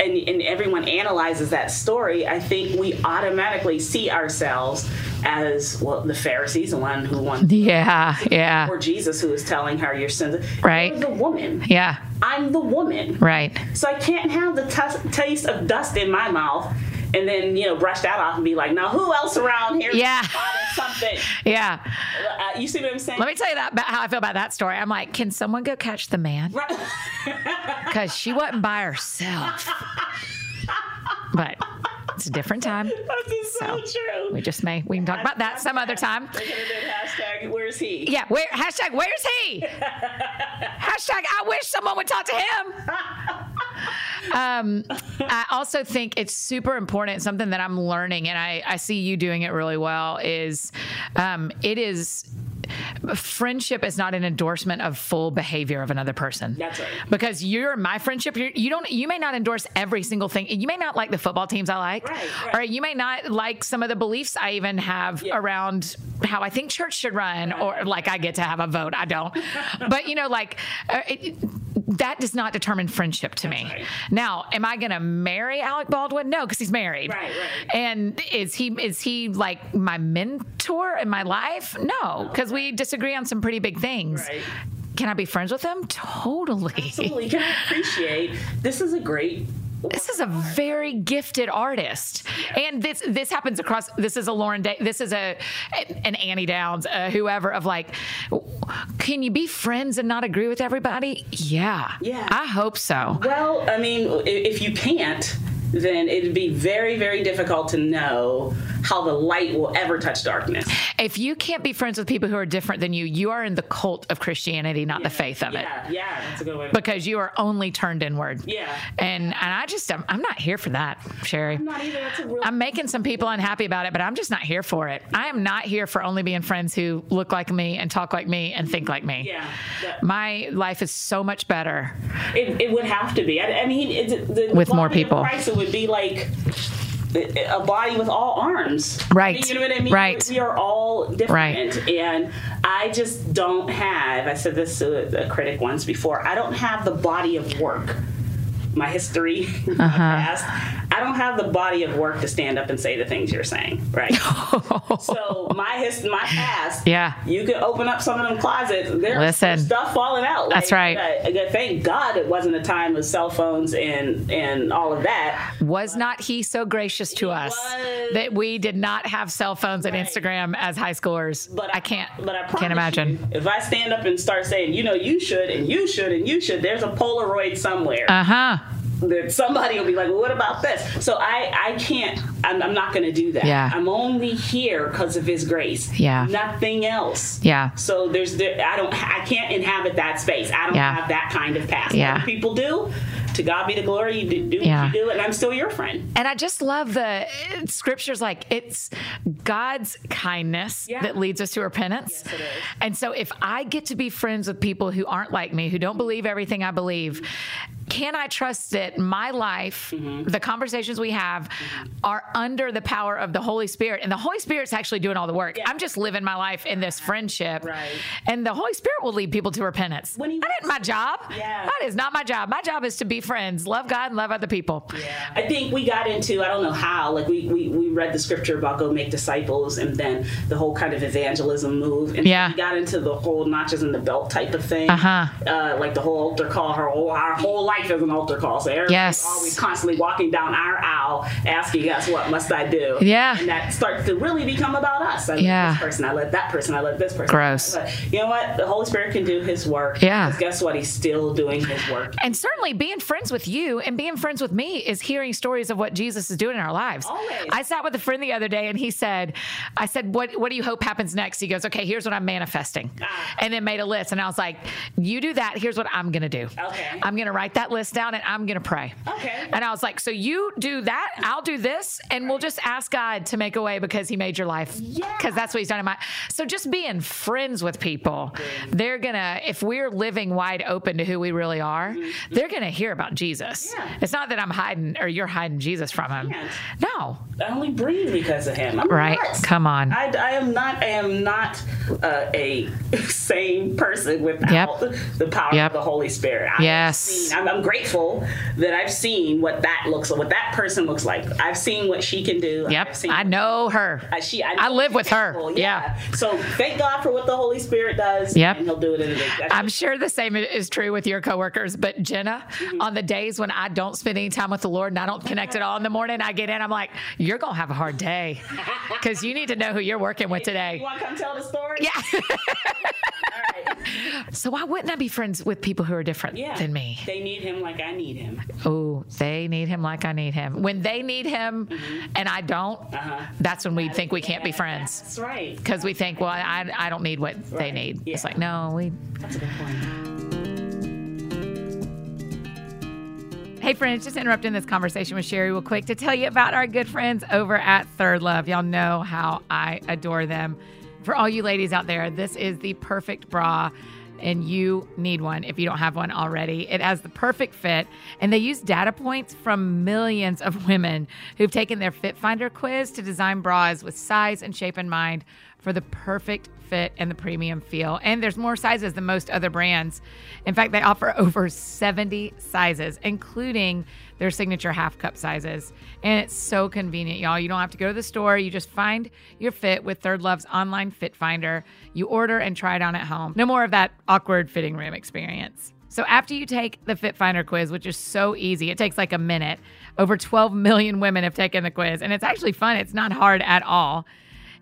S2: and, and everyone analyzes that story, I think we automatically see ourselves as well the Pharisees, the one who won,
S1: Yeah, yeah,
S2: or Jesus who is telling her your sins.
S1: Right.
S2: You're the woman.
S1: yeah,
S2: I'm the woman.
S1: right.
S2: So I can't have the tus- taste of dust in my mouth and then you know brush that off and be like, now who else around here?
S1: Yeah.
S2: thought of something.
S1: Yeah.
S2: Uh, you see what I'm saying?
S1: Let me tell you that about how I feel about that story. I'm like, can someone go catch the man? Because she wasn't by herself. But it's a different time.
S2: That's just so,
S1: So,
S2: true.
S1: We just may, we can talk about that some other time.
S2: We're gonna do hashtag. Where's he?
S1: Yeah, where hashtag where's he? hashtag I wish someone would talk to him. um, I also think it's super important. Something that I'm learning, and I, I see you doing it really well, is um, it is friendship is not an endorsement of full behavior of another person.
S2: That's right.
S1: Because you're my friendship, you're, you don't, you may not endorse every single thing. You may not like the football teams I like,
S2: Right, right.
S1: or you may not like some of the beliefs I even have
S2: Yeah.
S1: around how I think church should run, or like I get to have a vote. I don't, but you know, like uh, it, that does not determine friendship to me.
S2: right.
S1: Now, am I going to marry Alec Baldwin? No, because he's married.
S2: Right, right.
S1: And is he is he like my mentor in my life? No, because we disagree on some pretty big things.
S2: Right.
S1: Can I be friends with him? Totally.
S2: Absolutely. Can I appreciate this is a great
S1: this is a very gifted artist, and this this happens across. This is a Lauren Day. This is a an Annie Downs, uh, whoever of like. Can you be friends and not agree with everybody? Yeah.
S2: Yeah.
S1: I hope so.
S2: Well, I mean, i- if you can't, then it'd be very, very difficult to know how the light will ever touch darkness.
S1: If you can't be friends with people who are different than you, you are in the cult of Christianity, not the faith of it.
S2: Yeah, yeah, that's a good way. to-
S1: Because you are only turned inward.
S2: Yeah.
S1: And and I just I'm, I'm not here for that, Sherry.
S2: not either. That's a real.
S1: I'm making some people unhappy about it, but I'm just not here for it. I am not here for only being friends who look like me and talk like me and think like me.
S2: yeah. that-
S1: My life is so much better.
S2: It, it would have to be. I, I mean, it, the
S1: With more
S2: body of
S1: people.
S2: Christ, it would be like a body with all arms. I mean,
S1: Right.
S2: you know what I mean?
S1: Right.
S2: We are all different.
S1: Right.
S2: And I just don't have, I said this to a critic once before, I don't have the body of work. My history, my
S1: Uh-huh.
S2: past. I don't have the body of work to stand up and say the things you're saying, right? so my his, my past,
S1: Yeah.
S2: You could open up some of them closets. There's
S1: Listen.
S2: stuff falling out.
S1: That's
S2: Like,
S1: right.
S2: uh, again, thank God it wasn't a time of cell phones and and all of that.
S1: Was not he so gracious to us
S2: was.
S1: that we did not have cell phones and
S2: Right.
S1: Instagram as high schoolers?
S2: But
S1: I can't.
S2: But I promise
S1: can't imagine.
S2: you, if I stand up and start saying, you know, you should and you should and you should, there's a Polaroid somewhere
S1: Uh huh.
S2: that somebody will be like, well, what about this? So I I can't. I'm, I'm not going to do that.
S1: Yeah.
S2: I'm only here because of His grace.
S1: Yeah.
S2: Nothing else.
S1: Yeah.
S2: So there's there, I don't I can't inhabit that space. I don't
S1: Yeah.
S2: have that kind of past.
S1: Yeah.
S2: Other people do. To God be the glory. You do, do
S1: Yeah.
S2: what you do, and I'm still your friend.
S1: And I just love the it- scriptures like it's God's kindness
S2: Yeah.
S1: that leads us to repentance.
S2: Yes, it is.
S1: And so if I get to be friends with people who aren't like me, who don't believe everything I believe, can I trust that my life,
S2: Mm-hmm.
S1: the conversations we have, are under the power of the Holy Spirit? And the Holy Spirit's actually doing all the work. I'm just living my life in this friendship.
S2: Right.
S1: And the Holy Spirit will lead people to repentance.
S2: When he
S1: that isn't my job.
S2: Yeah.
S1: That is not my job. My job is to be friends, love God, and love other people.
S2: I think we got into I don't know how like we, we we read the scripture about go make disciples and then the whole kind of evangelism move and
S1: Yeah.
S2: we got into the whole notches in the belt type of thing
S1: Uh-huh.
S2: Uh, like the whole altar call her whole, our whole life is an altar call so everybody's
S1: Yes.
S2: always constantly walking down our aisle asking us what must I do
S1: Yeah.
S2: and that starts to really become about us I
S1: Yeah.
S2: love this person I love that person I love this person
S1: Gross.
S2: But you know what the Holy Spirit can do His work
S1: Yeah.
S2: 'Cause guess what He's still doing His work
S1: And certainly being friends with you and being friends with me is hearing stories of what Jesus is doing in our lives.
S2: Always.
S1: I sat with a friend the other day and he said, I said, what, what do you hope happens next? He goes, okay, here's what I'm manifesting.
S2: Ah.
S1: And then made a list. And I was like, you do that. Here's what I'm going to do.
S2: Okay.
S1: I'm going to write that list down and I'm going to pray.
S2: Okay.
S1: And I was like, so you do that. I'll do this. And we'll just ask God to make a way because he made your life.
S2: Yeah.
S1: Because that's what he's done in my. So just being friends with people, they're going to, if we're living wide open to who we really are, they're going to hear about Jesus.
S2: Mm-hmm. Yeah.
S1: It's not that I'm hiding or you're hiding Jesus from him.
S2: can't.
S1: No.
S2: I only breathe because of him. I'm
S1: Right.
S2: nuts.
S1: Come on.
S2: I, I am not. I am not uh, a sane person without the power
S1: Yep.
S2: of the Holy Spirit. I have
S1: Yes.
S2: seen- I'm, I'm grateful that I've seen what that looks, what that person looks like. I've seen what she can do.
S1: Yep.
S2: I've seen
S1: I
S2: what-
S1: know her.
S2: uh, she, I,
S1: I
S2: know
S1: live
S2: she's
S1: with her.
S2: capable.
S1: Yeah.
S2: So thank God for what the Holy Spirit does.
S1: Yep.
S2: And He'll do it in a big.
S1: I'm sure the same is true with your coworkers, but Jenna,
S2: Mm-hmm.
S1: on the days when I don't spend any time with the Lord and I don't connect at all in the morning, I get in, I'm like, you're going to have a hard day because you need to know who you're working with
S2: You
S1: today.
S2: want to come tell the story?
S1: Yeah.
S2: All right.
S1: So why wouldn't I be friends with people who are different
S2: Yeah.
S1: than me?
S2: They need him like I need him.
S1: Oh, they need him like I need him. When they need him and I don't,
S2: Uh-huh.
S1: that's when we think we can't be friends
S2: That's right.
S1: because we think, well, I, I don't need what they
S2: Right.
S1: need. It's
S2: Yeah.
S1: like, no, we
S2: That's a good point.
S3: Hey, friends, just interrupting this conversation with Sherry real quick to tell you about our good friends over at Third Love. Y'all know how I adore them. For all you ladies out there, this is the perfect bra, and you need one if you don't have one already. It has the perfect fit, and they use data points from millions of women who've taken their Fit Finder quiz to design bras with size and shape in mind for the perfect fit and the premium feel. And there's more sizes than most other brands. In fact, they offer over 70 sizes, including their signature half cup sizes. And it's so convenient, y'all. You don't have to go to the store. You just find your fit with Third Love's online fit finder. You order and try it on at home. No more of that awkward fitting room experience. So after you take the Fit Finder quiz, which is so easy, it takes like a minute. Over 12 million women have taken the quiz, and it's actually fun. It's not hard at all.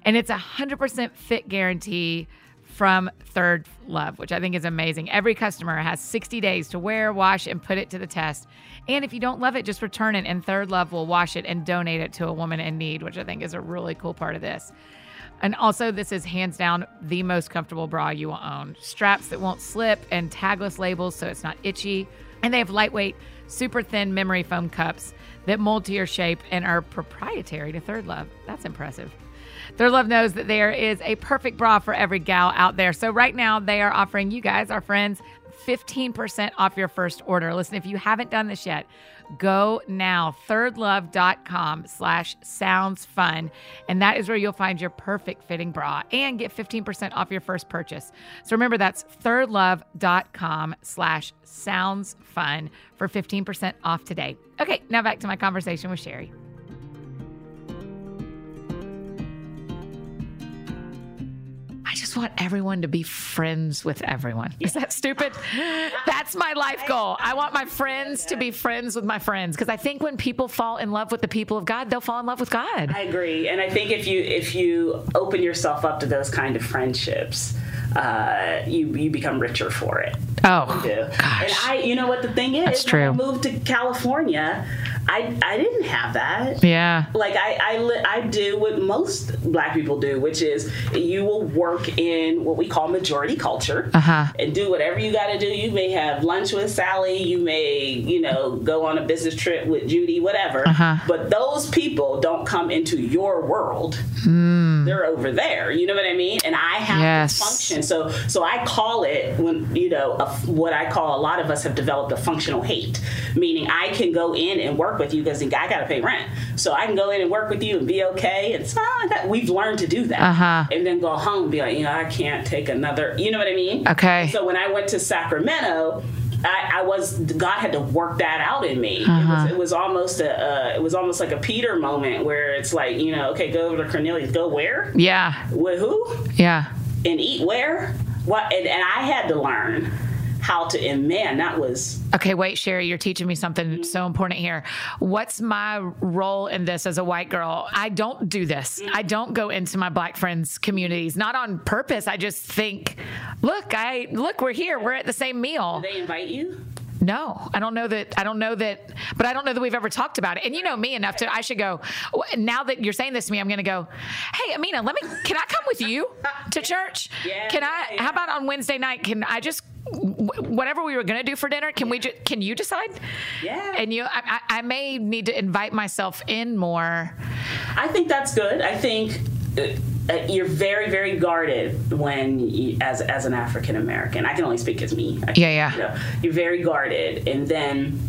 S3: And it's a 100% fit guarantee from Third Love, which I think is amazing. Every customer has 60 days to wear, wash, and put it to the test. And if you don't love it, just return it, and Third Love will wash it and donate it to a woman in need, which I think is a really cool part of this. And also, this is hands down the most comfortable bra you will own. Straps that won't slip and tagless labels so it's not itchy. And they have lightweight, super thin memory foam cups that mold to your shape and are proprietary to Third Love. That's impressive. Third Love knows that there is a perfect bra for every gal out there. So right now they are offering you guys, our friends, 15% off your first order. Listen, if you haven't done this yet, go now, thirdlove.com slash sounds fun. And that is where you'll find your perfect fitting bra and get 15% off your first purchase. So remember, that's thirdlove.com slash sounds fun for 15% off today. Okay, now back to my conversation with Sherry.
S1: I just want everyone to be friends with everyone. Is that stupid? That's my life goal. I want my friends to be friends with my friends because I think when people fall in love with the people of God, they'll fall in love with God.
S2: I agree, and I think if you if you open yourself up to those kind of friendships, uh, you you become richer for it.
S1: Oh,
S2: You do. And I, you know what the thing is,
S1: That's
S2: when I
S1: true.
S2: moved to California, I I didn't have that.
S1: Yeah.
S2: Like I I, li- I do what most Black people do, which is you will work in what we call majority culture
S1: Uh-huh.
S2: and do whatever you got to do. You may have lunch with Sally, you may you know go on a business trip with Judy, whatever.
S1: Uh-huh.
S2: But those people don't come into your world they're over there. You know what I mean? And I have
S1: Hmm. Yes.
S2: to function. So so I call it when you know a, what I call a lot of us have developed a functional hate, meaning I can go in and work with you because I got to pay rent. So I can go in and work with you and be okay. And so that we've learned to do that, uh-huh. and then go home and be like, you know, I can't take another. You know what I mean?
S1: Okay.
S2: So when I went to Sacramento. I, I was God had to work that out in me. It, was, it was almost a uh, it was almost like a Peter moment where it's like you know okay go over to Cornelius go where
S1: Yeah.
S2: with who
S1: Yeah.
S2: and eat where what and, and i had to learn how to and man that was
S1: Okay, wait, Sherry, you're teaching me
S2: Mm-hmm.
S1: something so important here. What's my role in this as a white girl? I don't do this.
S2: Mm-hmm.
S1: I don't go into my black friends' communities, not on purpose. I just think, look, I look, we're here. We're at the same meal.
S2: they invite you
S1: No, I don't know that. I don't know that, but I don't know that we've ever talked about it. And you know me enough to, I should go, "W- now that you're saying this to me, I'm going to go, hey, Amina, let me, can I come with you to church?
S2: Yeah,
S1: can I,
S2: yeah.
S1: how about on Wednesday night? Can I just, wh- whatever we were going to do for dinner, can we just, can you decide?
S2: Yeah.
S1: And you, I, I I may need to invite myself in more.
S2: i think that's good i think uh, uh, you're very very guarded when you, as as an african american i can only speak as me I-
S1: Yeah, yeah.
S2: you know, you're very guarded and then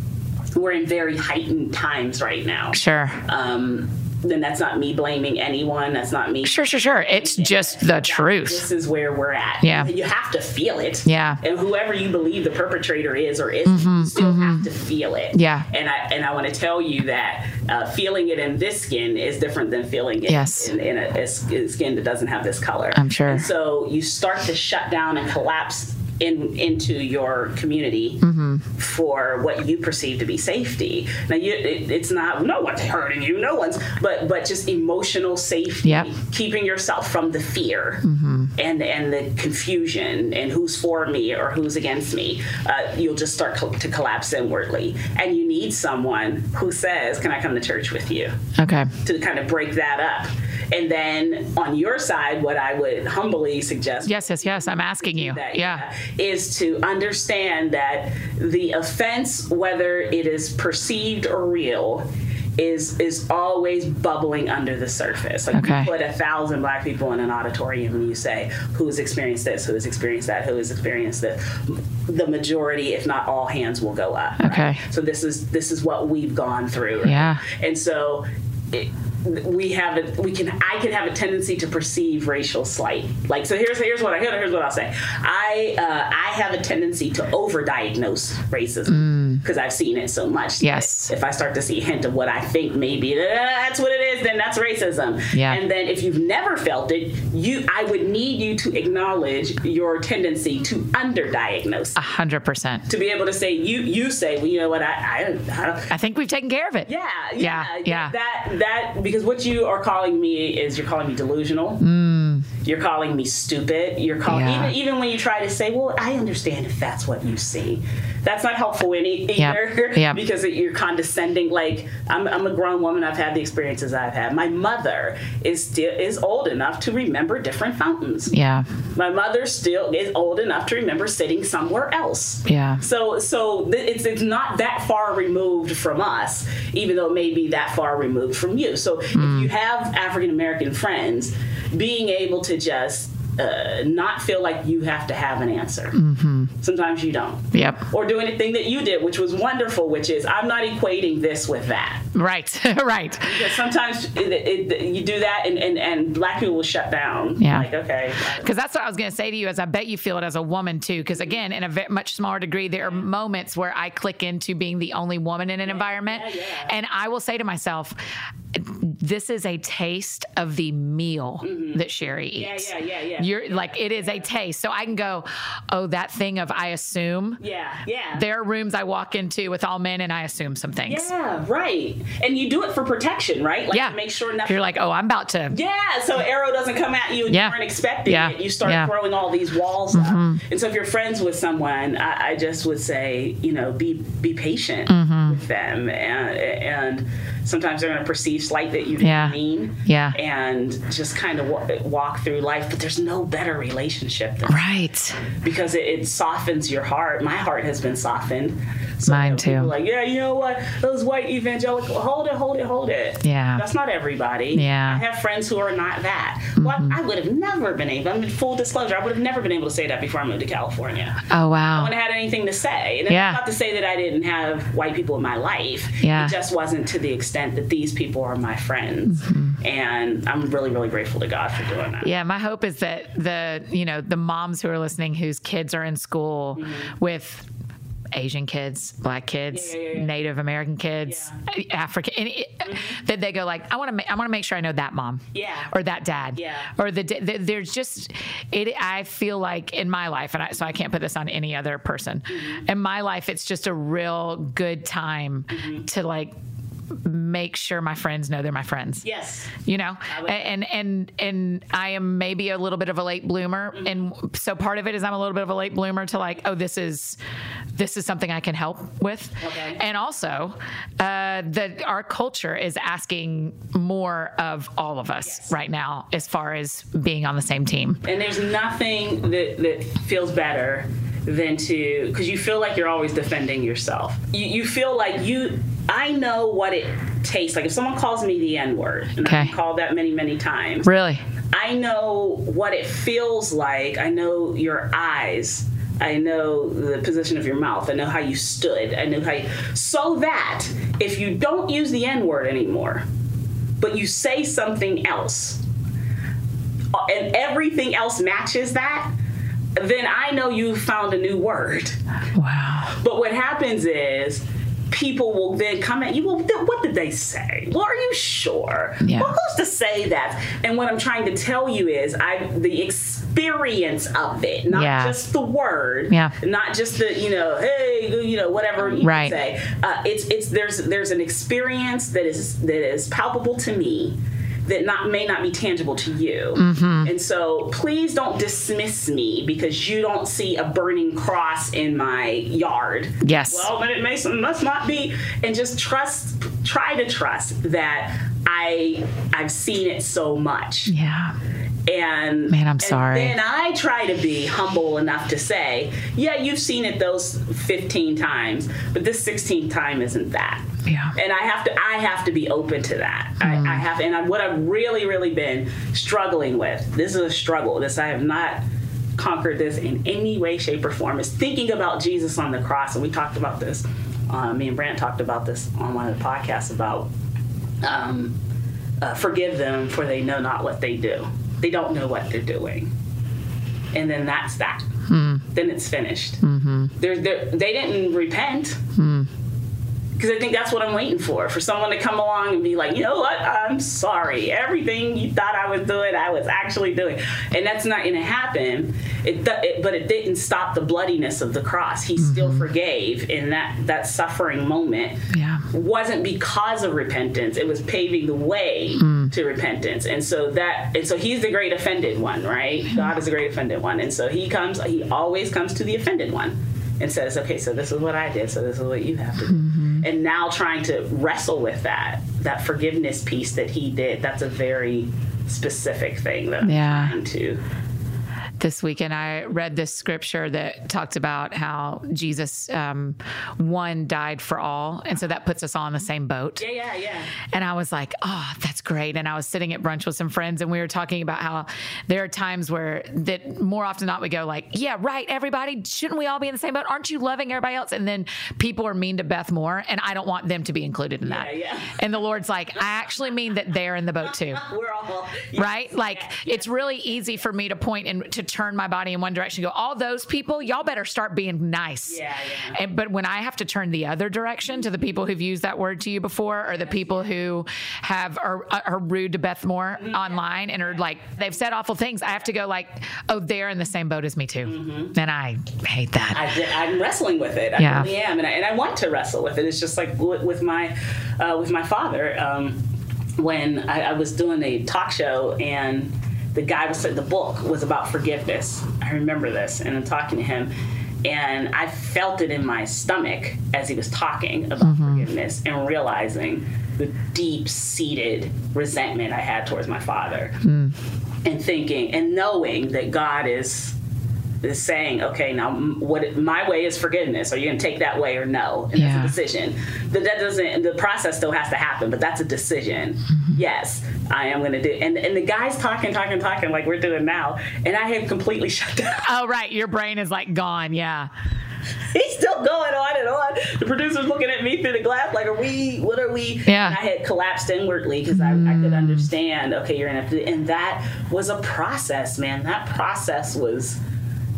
S2: we're in very heightened times right now
S1: Sure.
S2: um then that's not me blaming anyone that's not me
S1: Sure, sure, sure. It's just the truth.
S2: this is where we're at.
S1: Yeah.
S2: You have to feel it.
S1: Yeah. Mm-hmm,
S2: And whoever you believe the perpetrator is or isn't, you still have to feel it.
S1: Yeah.
S2: And I and I want to tell you that uh, feeling it in this skin is different than feeling it
S1: Yes.
S2: in, in a, a s- a skin that doesn't have this color.
S1: I'm sure.
S2: And so you start to shut down and collapse. In, into your community for what you perceive to be safety. Now, you, it, it's not no one's hurting you, no one's, but but just emotional safety
S1: Yep.
S2: keeping yourself from the fear and and the confusion and who's for me or who's against me uh, you'll just start co- to collapse inwardly and you need someone who says can i come to church with you
S1: Okay.
S2: to kind of break that up and then on your side what i would humbly suggest
S1: Yes, yes, yes. I'm asking you.
S2: that,
S1: Yeah.
S2: is to understand that the offense, whether it is perceived or real, is is always bubbling under the surface. Like
S1: Okay.
S2: you put a thousand black people in an auditorium and you say, "Who's experienced this? Who has experienced that? Who has experienced this?" The majority, if not all, hands will go up. right?
S1: Okay.
S2: So this is this is what we've gone through. right?
S1: Yeah.
S2: And so. It, we have a, we can I can have a tendency to perceive racial slight. Like so here's here's what I here's what I'll say. I uh, I have a tendency to overdiagnose racism. because I've seen it so much.
S1: Mm. Yes.
S2: If I start to see a hint of what I think maybe that's what it is, then that's racism.
S1: Yeah.
S2: And then if you've never felt it, you I would need you to acknowledge your tendency to underdiagnose.
S1: A hundred percent.
S2: to be able to say you you say well you know what I I, I don't
S1: I think we've taken care of it.
S2: yeah,
S1: Yeah,
S2: yeah,
S1: yeah.
S2: That that because what you are calling me is you're calling me delusional. You're calling me stupid. You're calling
S1: Mm. Yeah.
S2: even even when you try to say, "Well, I understand if that's what you see." That's not helpful any
S1: Yep,
S2: either
S1: yep.
S2: because it- you're condescending. Like I'm, I'm a grown woman. I've had the experiences I've had. My mother is still is old enough to remember different fountains.
S1: Yeah.
S2: My mother still is old enough to remember sitting somewhere else.
S1: Yeah.
S2: So so th- it's it's not that far removed from us, even though it may be that far removed from you. So
S1: Hmm.
S2: if you have African American friends, being able to just uh, not feel like you have to have an answer.
S1: Mm-hmm.
S2: Sometimes you don't.
S1: Yep.
S2: Or doing the thing that you did, which was wonderful, which is I'm not equating this with that.
S1: Right. right.
S2: Because sometimes it, it, you do that, and, and, and black people will shut down.
S1: Yeah.
S2: Like okay,
S1: Because that's what I was going to say to you. Is I bet you feel it as a woman too. Because again, in a ve- much smaller degree, there are moments where I click into being the only woman in an environment,
S2: yeah, yeah.
S1: and I will say to myself, "This is a taste of the meal that Sherry
S2: Mm-hmm. yeah,
S1: eats."
S2: yeah, yeah, yeah.
S1: You're like it is a taste, so I can go, "Oh, that thing of I assume."
S2: yeah, yeah.
S1: There are rooms I walk into with all men, and I assume some things.
S2: Yeah, right. And you do it for protection, right? Like
S1: Yeah.
S2: to make sure nothing.
S1: You're like, "Oh, I'm about to."
S2: yeah, so arrow doesn't come at you and
S1: Yeah.
S2: you weren't expecting
S1: Yeah.
S2: it. You start
S1: Yeah. Mm-hmm.
S2: throwing all these walls up. And so if you're friends with someone, I, I just would say, you know, be be patient
S1: Mm-hmm.
S2: with them. And, and sometimes they're going to perceive slight that you
S1: Yeah.
S2: mean.
S1: Yeah.
S2: And just kind of wa- walk through life. But there's no better relationship than
S1: Right.
S2: because it, it softens your heart. My heart has been softened. So
S1: Mine
S2: you know, people
S1: too.
S2: Like, yeah, you know what? Those white evangelical, hold it, hold it, hold it.
S1: Yeah.
S2: that's not everybody.
S1: Yeah. Mm-hmm.
S2: I have friends who are not that. Well, I would have never been able. I mean, full disclosure, I would have never been able to say that before I moved to California.
S1: Oh wow.
S2: I wouldn't have had anything to say. And that's
S1: Yeah.
S2: not to say that I didn't have white people in my life.
S1: Yeah.
S2: It just wasn't to the extent that these people are my friends.
S1: Mm-hmm.
S2: And I'm really, really grateful to God for doing that.
S1: Yeah, my hope is that the you know the moms who are listening whose kids are in school
S2: Mm-hmm.
S1: with Asian kids, black kids,
S2: Yeah, yeah, yeah.
S1: Native American kids, African, any, that they go like, I want to, ma- I want to make sure I know that mom,
S2: Yeah.
S1: or that dad,
S2: Yeah.
S1: or the, da- th- there's just it. I feel like in my life, and I, so I can't put this on any other person.
S2: Mm-hmm.
S1: In my life, it's just a real good time
S2: Mm-hmm.
S1: to like make sure my friends know they're my friends
S2: Yes.
S1: you know and and and i am maybe a little bit of a late bloomer
S2: Mm-hmm.
S1: and so part of it is i'm a little bit of a late bloomer to like oh this is this is something i can help with
S2: Okay.
S1: and also uh that our culture is asking more of all of us right now as far as being on the same team
S2: And there's nothing that, that feels better than to, because you feel like you're always defending yourself. You, you feel like you, I know what it tastes like. If someone calls me the N word, and
S1: Okay.
S2: I've been called that many, many times,
S1: really
S2: I know what it feels like. I know your eyes. I know the position of your mouth. I know how you stood. I know how you. So that if you don't use the N word anymore, but you say something else, uh, and everything else matches that, then I know you found a new word.
S1: wow
S2: But what happens is people will then come at you. Well, th- what did they say? Well, are you sure?
S1: Yeah.
S2: Well, who's to say that? And what I'm trying to tell you is, I the experience of it, not
S1: Yeah.
S2: just the word,
S1: Yeah.
S2: not just the you know, hey, you know, whatever you
S1: Right.
S2: say. Uh, it's it's there's there's an experience that is that is palpable to me. That not may not be tangible to you, and so please don't dismiss me because you don't see a burning cross in my yard.
S1: yes
S2: Well, but it may must not be, and just trust. Try to trust that I I've seen it so much,
S1: yeah
S2: and
S1: Man, I'm
S2: and
S1: sorry.
S2: Then I try to be humble enough to say, yeah, you've seen it those 15 times, but this 16th time isn't that.
S1: yeah
S2: And I have to, I have to be open to that. I, I have, and I, what I've really, really been struggling with. This is a struggle. This I have not conquered this in any way, shape, or form. Is thinking about Jesus on the cross, and we talked about this. Uh, me and Brant talked about this on one of the podcasts about um, uh, forgive them for they know not what they do. They don't know what they're doing, and then that's that. then it's finished. They're, they're, they didn't repent. Because I think that's what I'm waiting for for someone to come along and be like, you know what? I'm sorry. Everything you thought I was doing, I was actually doing. And that's not going to happen. It, do- it, but it didn't stop the bloodiness of the cross. He still forgave in that, that suffering moment
S1: Yeah.
S2: wasn't because of repentance it was paving the way to repentance and so that and so he's the great offended one right god is the great offended one and so he comes he always comes to the offended one and says okay so this is what i did so this is what you have to do and now trying to wrestle with that that forgiveness piece that he did that's a very specific thing that i'm
S1: Yeah.
S2: trying to
S1: this weekend i read this scripture that talked about how jesus um, one died for all and so that puts us all in the same boat
S2: yeah yeah yeah
S1: and I was like, oh, that's great. And I was sitting at brunch with some friends and we were talking about how there are times where that more often than not we go like, yeah, right, everybody, shouldn't we all be in the same boat? Aren't you loving everybody else? And then people are mean to Beth Moore and I don't want them to be included in that.
S2: yeah.
S1: And the Lord's like, I actually mean that they're in the boat too
S2: we're all
S1: right? Like it's really easy for me to point and to turn my body in one direction. and Go, all those people, y'all better start being nice.
S2: Yeah, yeah.
S1: And, but when I have to turn the other direction to the people who've used that word to you before, or the people who have are, uh, are rude to Beth Moore
S2: Mm-hmm.
S1: online and are like they've said awful things, I have to go like, oh, they're in the same boat as me too, and I hate that.
S2: Mm-hmm. I, did- I'm wrestling with it. I
S1: Yeah.
S2: really am, and I, and I want to wrestle with it. It's just like with, with my uh, with my father um, when I, I was doing a talk show and the guy was the book was about forgiveness. I remember this, and I'm talking to him. And I felt it in my stomach as he was talking about forgiveness and realizing the deep seated resentment I had towards my father and thinking and knowing that God is is saying, okay, now m- what my way is forgiveness. Are you going to take that way or no? And
S1: Yeah.
S2: that's a decision. But that doesn't. The process still has to happen, but that's a decision. Yes, I am going to do. And and the guys talking, talking, talking like we're doing now, and I have completely shut down.
S1: oh, right, your brain is like gone. Yeah,
S2: He's still going on and on. The producer's looking at me through the glass, like, "Are we? What are we?"
S1: Yeah. Mm.
S2: And I had collapsed inwardly because I, I could understand. Okay, you're gonna have to. And that was a process, man. That process was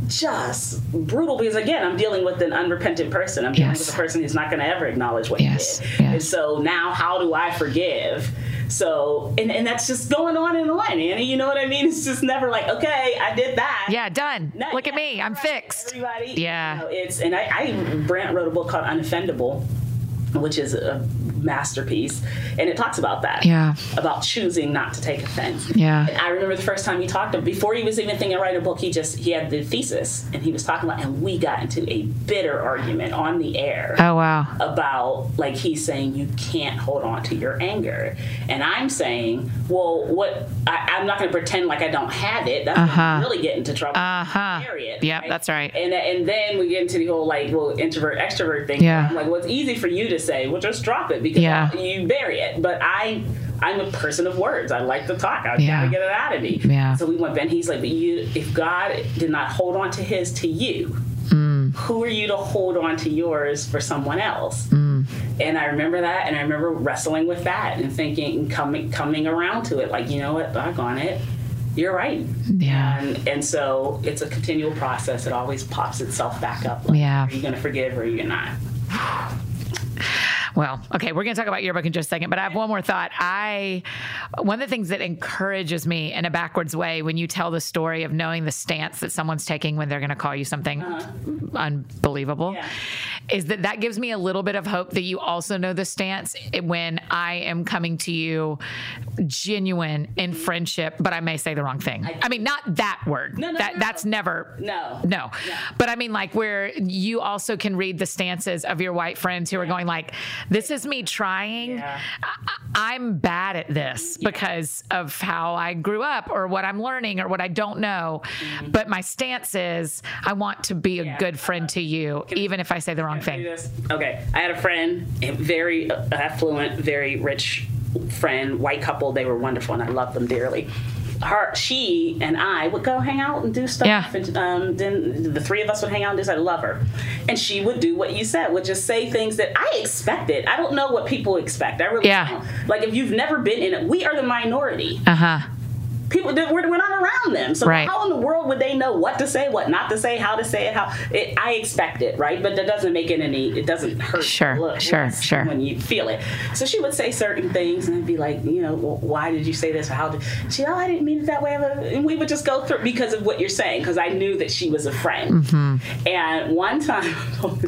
S2: just brutal because again, I'm dealing with an unrepentant person. I'm dealing
S1: Yes.
S2: with a person who's not gonna ever acknowledge what
S1: Yes,
S2: he did.
S1: yes.
S2: And so now, how do I forgive? So, and, and that's just going on and on, Annie. You know what I mean? It's just never like, okay, I did that.
S1: yeah, done.
S2: No,
S1: Look at
S2: yeah,
S1: me, I'm
S2: right,
S1: fixed.
S2: Everybody,
S1: Yeah.
S2: You know, it's and I, I Brant wrote a book called Unoffendable, which is a masterpiece, and it talks about that.
S1: Yeah.
S2: About choosing not to take offense.
S1: Yeah.
S2: And I remember the first time he talked to before he was even thinking of writing a book, he just he had the thesis and he was talking about and we got into a bitter argument on the air
S1: Oh wow.
S2: about like he's saying you can't hold on to your anger and i'm saying well what I, i'm not going to pretend like i don't have it that's
S1: Uh-huh.
S2: gonna really get into trouble
S1: Uh-huh.
S2: Carry it,
S1: Yep, that's right.
S2: and and then we get into the whole like well introvert extrovert thing
S1: Yeah.
S2: i'm like well it's easy for you to say well just drop it because
S1: Yeah.
S2: you bury it but i i'm a person of words i like to talk i
S1: Yeah.
S2: gotta get it out of me
S1: Yeah.
S2: so we went back and he's like but you if god did not hold on to his to you who are you to hold on to yours for someone else?
S1: Mm.
S2: And I remember that, and I remember wrestling with that and thinking and coming coming around to it, like you know what, back on it, you're right.
S1: Yeah.
S2: And, and so it's a continual process. It always pops itself back up. Like,
S1: Yeah.
S2: Are you going to forgive or are you not?
S1: Well, okay, we're going to talk about your book in just a second, but I have one more thought. I one of the things that encourages me in a backwards way when you tell the story of knowing the stance that someone's taking when they're going to call you something unbelievable
S2: Uh-huh. Yeah.
S1: is that that gives me a little bit of hope that you also know the stance when I am coming to you genuine in friendship, but I may say the wrong thing. I, mean, not that word.
S2: no,
S1: that
S2: no.
S1: that's never
S2: No.
S1: no. But I mean, like, where you also can read the stances of your white friends who are going, like, this is me trying.
S2: Yeah.
S1: I- I'm bad at this because of how I grew up or what I'm learning or what I don't know.
S2: Mm-hmm.
S1: But my stance is, I want to be a good friend to you, even if I say the wrong
S2: Do
S1: thing.
S2: this. Okay. I had a friend, a very affluent, very rich friend, white couple. They were wonderful, and I loved them dearly. Her, she, and I would go hang out and do stuff.
S1: Yeah.
S2: And um, then the three of us would hang out and do. stuff. I love her, and she would do what you said, would just say things that I expected. I don't know what people expect. I really
S1: Yeah.
S2: don't. Like if you've never been in it, we are the minority
S1: Uh huh.
S2: people that we're, we're not around them so
S1: Right.
S2: how in the world would they know what to say what not to say how to say it how it, i expect it right but that doesn't make it any it doesn't hurt
S1: Sure,
S2: look
S1: sure,
S2: less
S1: sure.
S2: when you feel it so she would say certain things and be like you know well, why did you say this or how did she oh i didn't mean it that way and we would just go through because of what you're saying because i knew that she was a friend
S1: Mm-hmm.
S2: and one time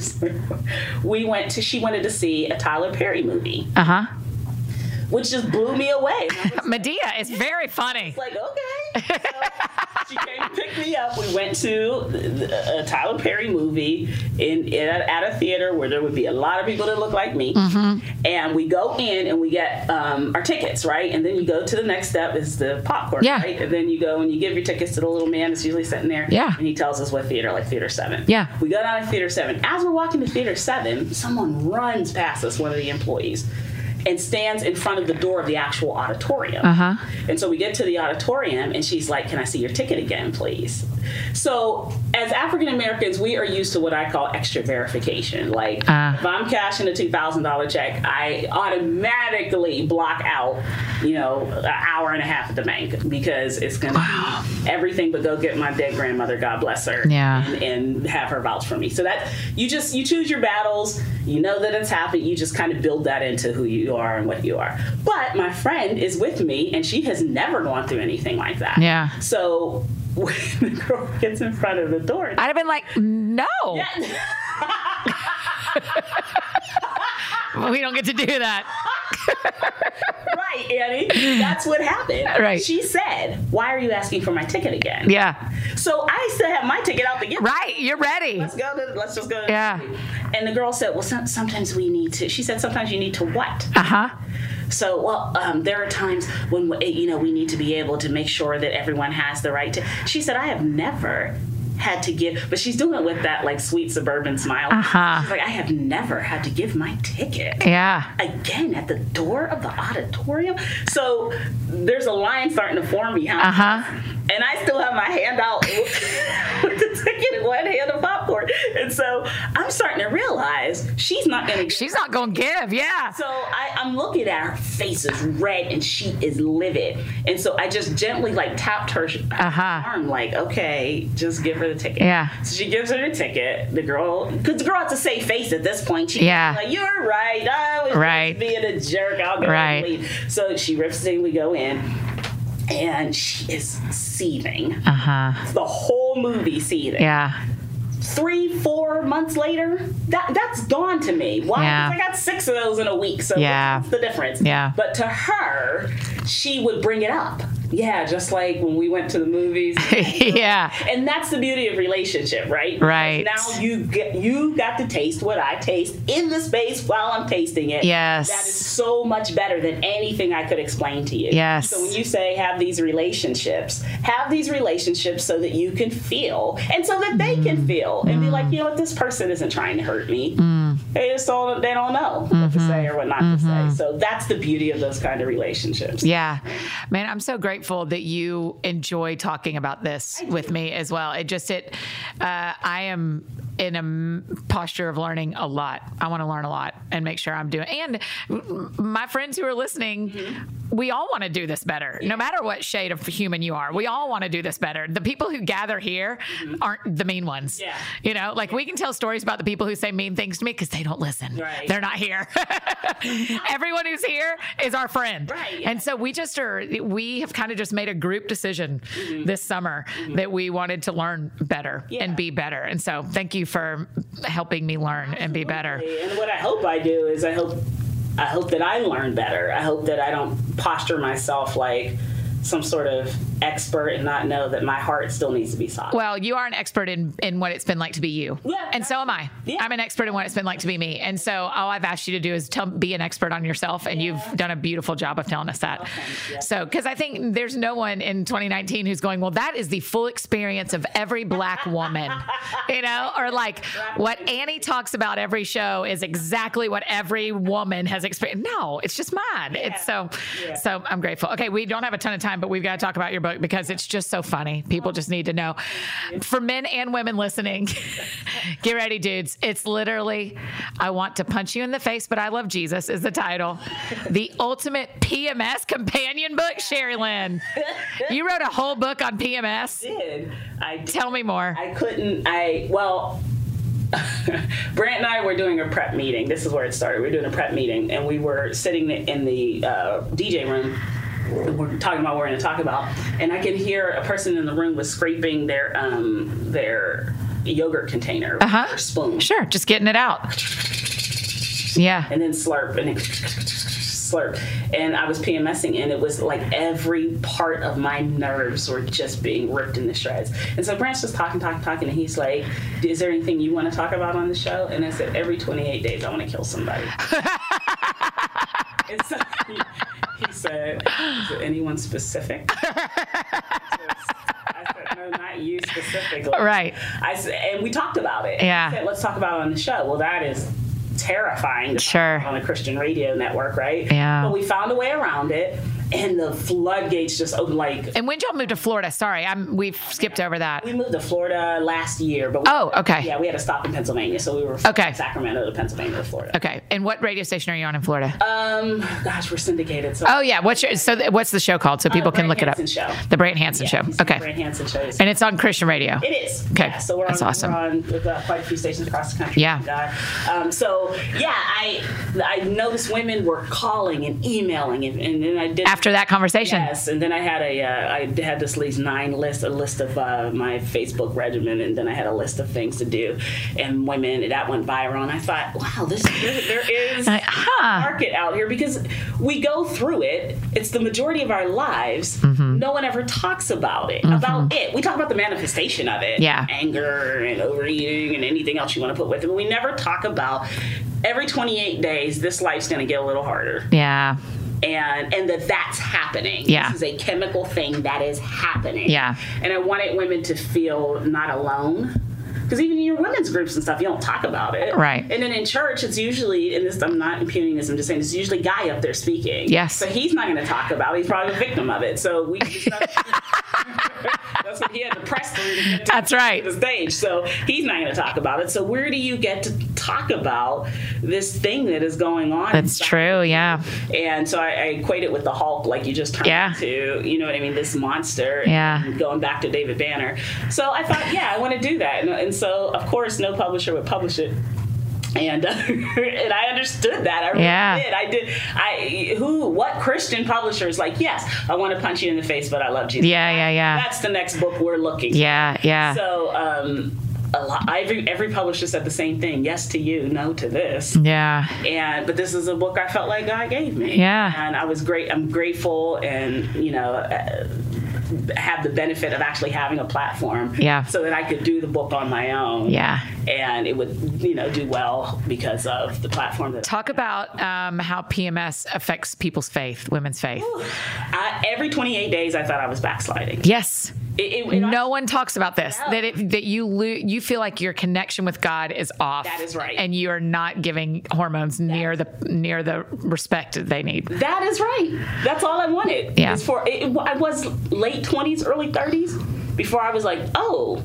S2: we went to she wanted to see a tyler perry movie
S1: Uh huh.
S2: which just blew me away And I was
S1: Medea is very funny.
S2: like, okay. So she came and picked me up. We went to the- a Tyler Perry movie in, in at a theater where there would be a lot of people that look like me.
S1: Mm-hmm.
S2: And we go in and we get um, our tickets, right? And then you go to the next step is the popcorn,
S1: Yeah.
S2: right? And then you go and you give your tickets to the little man that's usually sitting there.
S1: Yeah.
S2: And he tells us what theater, like theater seven.
S1: Yeah.
S2: We go down to theater seven. As we're walking to theater seven, someone runs past us, one of the employees. And stands in front of the door of the actual auditorium.
S1: Uh-huh.
S2: And so we get to the auditorium, and she's like, Can I see your ticket again, please? So, as African Americans, we are used to what I call extra verification. Like,
S1: Ah.
S2: if I'm cashing a $2,000 check, I automatically block out, you know, an hour and a half at the bank because it's going to be everything but go get my dead grandmother, God bless her,
S1: Yeah.
S2: and, and have her vouch for me. So, that you just, you choose your battles, you know that it's happened, you just kind of build that into who you are and what you are. But my friend is with me, and she has never gone through anything like that.
S1: Yeah.
S2: So, when the girl gets in front of the door,
S1: I'd have been like, no, we don't get to do that.
S2: right, Annie. That's what happened.
S1: Right.
S2: She said, Why are you asking for my ticket again?
S1: Yeah.
S2: So I still have my ticket out the gate.
S1: Right. You're ready.
S2: Let's go to let's just go to
S1: Yeah.
S2: And the girl said, Well some, sometimes we need to she said, Sometimes you need to what?
S1: Uh huh.
S2: So, well, um, there are times when eh, you know we need to be able to make sure that everyone has the right to. She said, "I have never had to give," but she's doing it with that like sweet suburban smile.
S1: Uh-huh.
S2: She's like, "I have never had to give my ticket."
S1: Yeah.
S2: Again at the door of the auditorium, so there's a line starting to form behind.
S1: Uh huh.
S2: And I still have my hand out with the ticket, in one hand of popcorn, and so I'm starting to realize she's not going to. give
S1: She's not gonna give. Yeah.
S2: so I, I'm looking at her her face is red and she is livid. And so I just gently like tapped her, her
S1: Uh-huh.
S2: arm, like, okay, just give her the ticket.
S1: Yeah.
S2: So she gives her the ticket. The girl, because the girl has to save face at this point. She,
S1: Yeah.
S2: Like, you're right. I was
S1: Right.
S2: just being a jerk. I'll go ahead
S1: Right.
S2: and leave. So she rips it and we go in. And she is seething.
S1: Uh huh.
S2: The whole movie seething
S1: Yeah.
S2: three, four months later, that that's dawn to me. Why?
S1: Yeah.
S2: 'Cause I got six of those in a week. So
S1: Yeah.
S2: that's the difference.
S1: Yeah.
S2: But to her, she would bring it up. Yeah, just like when we went to the movies.
S1: yeah.
S2: And that's the beauty of relationship, right?
S1: Right.
S2: Now you get you got to taste what I taste in the space while I'm tasting it.
S1: Yes.
S2: That is so much better than anything I could explain to you.
S1: Yes.
S2: So when you say have these relationships, have these relationships so that you can feel and so that they
S1: Mm.
S2: can feel and be like, you know what, this person isn't trying to hurt me.
S1: Mm.
S2: They just don't they don't know what to say or what not
S1: Mm-hmm.
S2: to say. So that's the beauty of those kind of relationships.
S1: Yeah. Man, I'm so grateful that you enjoy talking about this with me as well. It just, it, uh, I am in a m- posture of learning a lot. I want to learn a lot and make sure I'm doing. And my friends who are listening,
S2: Mm-hmm.
S1: we all want to do this better, no matter what shade of human you are. We all want to do this better. The people who gather here aren't the mean ones.
S2: Mm-hmm. Yeah.
S1: You know, like we can tell stories about the people who say mean things to me because they don't listen.
S2: Right.
S1: They're not here. Everyone who's here is our friend.
S2: Right.
S1: And so we just are, we have kind of just made a group decision this summer that we wanted to learn better and be better. And so thank you for helping me learn and be better.
S2: And what I hope I do is I hope I hope that I learn better. I hope that I don't posture myself like some sort of expert and not know that my heart still needs to be soft.
S1: Well, you are an expert in, in what it's been like to be you.
S2: Yeah,
S1: and so am I.
S2: Yeah.
S1: I'm an expert in what it's been like to be me. And so all I've asked you to do is tell, be an expert on yourself. And you've done a beautiful job of telling us that.
S2: yeah.
S1: So, because I think there's no one in 2019 who's going, well, that is the full experience of every black woman, you know, or like what Annie talks about every show is exactly what every woman has experienced. No, it's just mine. It's so, so I'm grateful. Okay. We don't have a ton of time, but we've got to talk about your book. book because it's just so funny. People just need to know. For men and women listening, get ready, dudes. It's literally, I want to punch you in the face, but I love Jesus is the title. The ultimate PMS companion book, Sherry Lynn. You wrote a whole book on PMS.
S2: did. I did.
S1: Tell me more.
S2: I couldn't. I well, Brant and I were doing a prep meeting. This is where it started. We were doing a prep meeting, and we were sitting in the uh, DJ room. and We're talking about what we're going to talk about, and I can hear a person in the room was scraping their um, their yogurt container, with
S1: Uh-huh.
S2: their spoon,
S1: Sure, just getting it out. Yeah.
S2: and then slurp and then slurp. And I was PMSing, and it was like every part of my nerves were just being ripped into shreds. And so Brant's just talking, talking, talking, and he's like, "Is there anything you want to talk about on the show?" And I said, "Every 28 days, I want to kill somebody." and so he, he said, "Is there anyone specific?" So I said, "No, not you specifically."
S1: Right.
S2: I said, and we talked about it.
S1: Yeah.
S2: He said, Let's talk about it on the show. Well, that is terrifying to
S1: Sure.
S2: on a Christian radio network, right?
S1: Yeah.
S2: But we found a way around it, and the floodgates just opened. Like
S1: And when did y'all move to Florida? Sorry, I'm we've skipped over that.
S2: we moved to Florida last year, but we,
S1: Oh, okay.
S2: yeah, we had to stop in Pennsylvania, so we were from
S1: Okay.
S2: Sacramento to Pennsylvania to Florida.
S1: Okay. And what radio station are you on in Florida?
S2: Um, gosh, we're syndicated. So
S1: oh yeah. What's your so th- what's the show called? So people can look
S2: Brant Hansen
S1: it up.
S2: Show.
S1: The Brant Hansen
S2: Uh, Yeah, he's
S1: Show.
S2: the
S1: Okay.
S2: Brant Hansen show.
S1: And it's on Christian radio.
S2: It is.
S1: Okay.
S2: Yeah, so we're
S1: That's
S2: on,
S1: awesome.
S2: We're on we've got quite a few stations across the country.
S1: Yeah.
S2: God. Um, so yeah, I I noticed women were calling and emailing, and, and then I did
S1: After that conversation.
S2: Yes, and then I had a uh, I had this list nine list a list of uh, my Facebook regimen, and then I had a list of things to do, and women that went viral, and I thought, wow, this there, there is
S1: Like, huh.
S2: a market out here because we go through it. It's the majority of our lives. No one ever talks about it. About it, we talk about the manifestation of it.
S1: Yeah.
S2: anger and overeating and anything else you want to put with it, but we never talk about. Every 28 days, this life's going to get a little harder
S1: Yeah.
S2: and and that that's happening.
S1: Yeah.
S2: This is a chemical thing that is happening.
S1: Yeah.
S2: And I wanted women to feel not alone. Because even in your women's groups and stuff, you don't talk about it.
S1: Right.
S2: And then in church, it's usually, and this, I'm not impugning this, I'm just saying, it's usually guy up there speaking.
S1: Yes.
S2: So he's not going to talk about it. He's probably a victim of it. So we just That's what he had to press through to get to
S1: That's right.
S2: the stage. So he's not going to talk about it. So where do you get to talk about this thing that is going on?
S1: That's
S2: inside
S1: true. Yeah.
S2: and so I, I equate it with the Hulk, like you just turned
S1: Yeah.
S2: to, you know what I mean, this monster.
S1: Yeah.
S2: and Going back to David Banner. So I thought, yeah, I want to do that. And, and so, of course, no publisher would publish it. And, uh, and I understood that. I really
S1: Yeah.
S2: did. I did. I who what Christian publisher is like? Yes, I want to punch you in the face, but I love Jesus.
S1: Yeah, yeah, yeah.
S2: That's the next book we're looking.
S1: Yeah. Yeah.
S2: So um, a lot, every every publisher said the same thing. Yes to you, no to this
S1: yeah.
S2: and but this is a book I felt like God gave me.
S1: Yeah.
S2: and I was great. I'm grateful, and you know. Uh, have the benefit of actually having a platform
S1: Yeah.
S2: so that I could do the book on my own
S1: Yeah.
S2: and it would you know do well because of the platform that
S1: Talk about um, how PMS affects people's faith, women's faith.
S2: I, every 28 days I thought I was backsliding
S1: Yes.
S2: It- it- it-
S1: No one talks about this.
S2: No.
S1: That it, that you lo- you feel like your connection with God is off.
S2: That is right.
S1: And you are not giving hormones near the near the respect that they need.
S2: that is right that's all I wanted
S1: Yeah.
S2: It's for it, it- I was late 20s early 30s before I was like oh